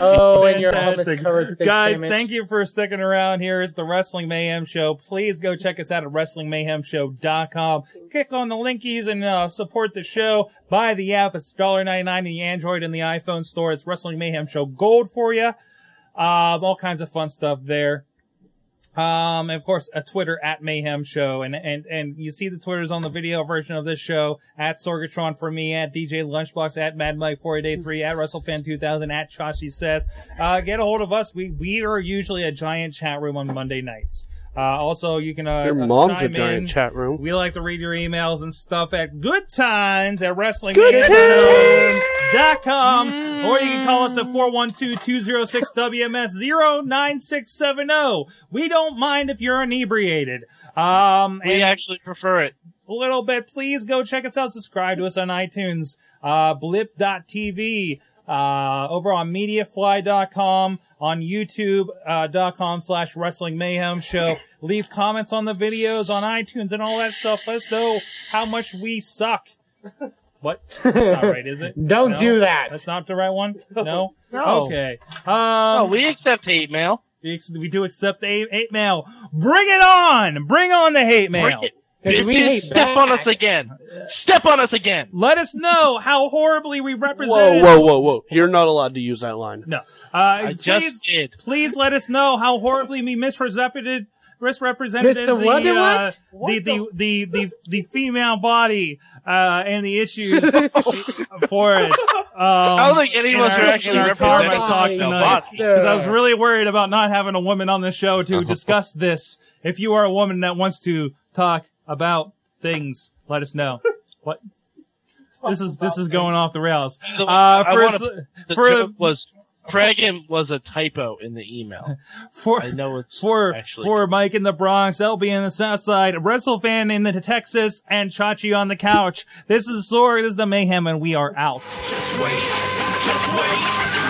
Oh, and your
Fantastic.
hummus covered steak
guys?
sandwich.
Thank you for sticking around. Here is the Wrestling Mayhem Show. Please go check us out at WrestlingMayhemShow.com. Click on the linkies and uh, support the show. Buy the app. It's $1.99 in the Android and the iPhone store. It's Wrestling Mayhem Show Gold for you. Um, all kinds of fun stuff there. Um, and of course, a Twitter at Mayhem Show, and and and you see the Twitters on the video version of this show at Sorgatron for me, at DJ Lunchbox, at Mad Mike four eight eight three, at WrestleFan two thousand, at Chashi says. Uh, get a hold of us. We we are usually a giant chat room on Monday nights. Uh, also you can uh,
Your mom's a
chime
giant
in.
chat room.
We like to read your emails and stuff at good times at wrestling or you can call us at 412-206-WMS-09670. We don't mind if you're inebriated. Um,
We
and
actually prefer it.
a little bit, please go check us out. Subscribe to us on iTunes, uh, blip.tv, uh, over on mediafly.com, on youtube.com uh, dot com slash wrestling mayhem show. Leave comments on the videos on iTunes and all that stuff. Let us know how much we suck. What? That's not right, is it?
Don't
No?
do that.
That's not the right one. No.
No.
Okay. Um,
Oh, we accept hate mail.
we, ex- we do accept the hate, hate mail. Bring it on! Bring on the hate mail.
Break it.
Because we
Bitches,
hate
step on us
back.
again. Step on us again.
Let us know how horribly we
Whoa,
represented.
whoa, whoa, whoa! You're not allowed to use that line.
No.
I
Uh, please,
just did.
please let us know how horribly we misrepresented misrepresented
Mr.
the,
what the
uh,
what?
the, the, the, the, the female body uh, and the issues for it. Um,
I don't think anyone's
in our-
actually
in our
representing
karma talk
the
tonight.
body.
Because I was really worried about not having a woman on the show
[laughs]
to discuss this. If you are a woman that wants to talk about things, let us
[laughs]
know. What? This is this is going off the rails.
So,
Uh,
I
first,
wanna- the
for-
joke was Dragon was a typo in the email.
for
I know it's
for
actually
for Mike in the Bronx, LB in the South Side, WrestleFan in the Texas, and Chachi on the couch. This is Sorg. This is the Mayhem, and we are out.
Just wait, just wait,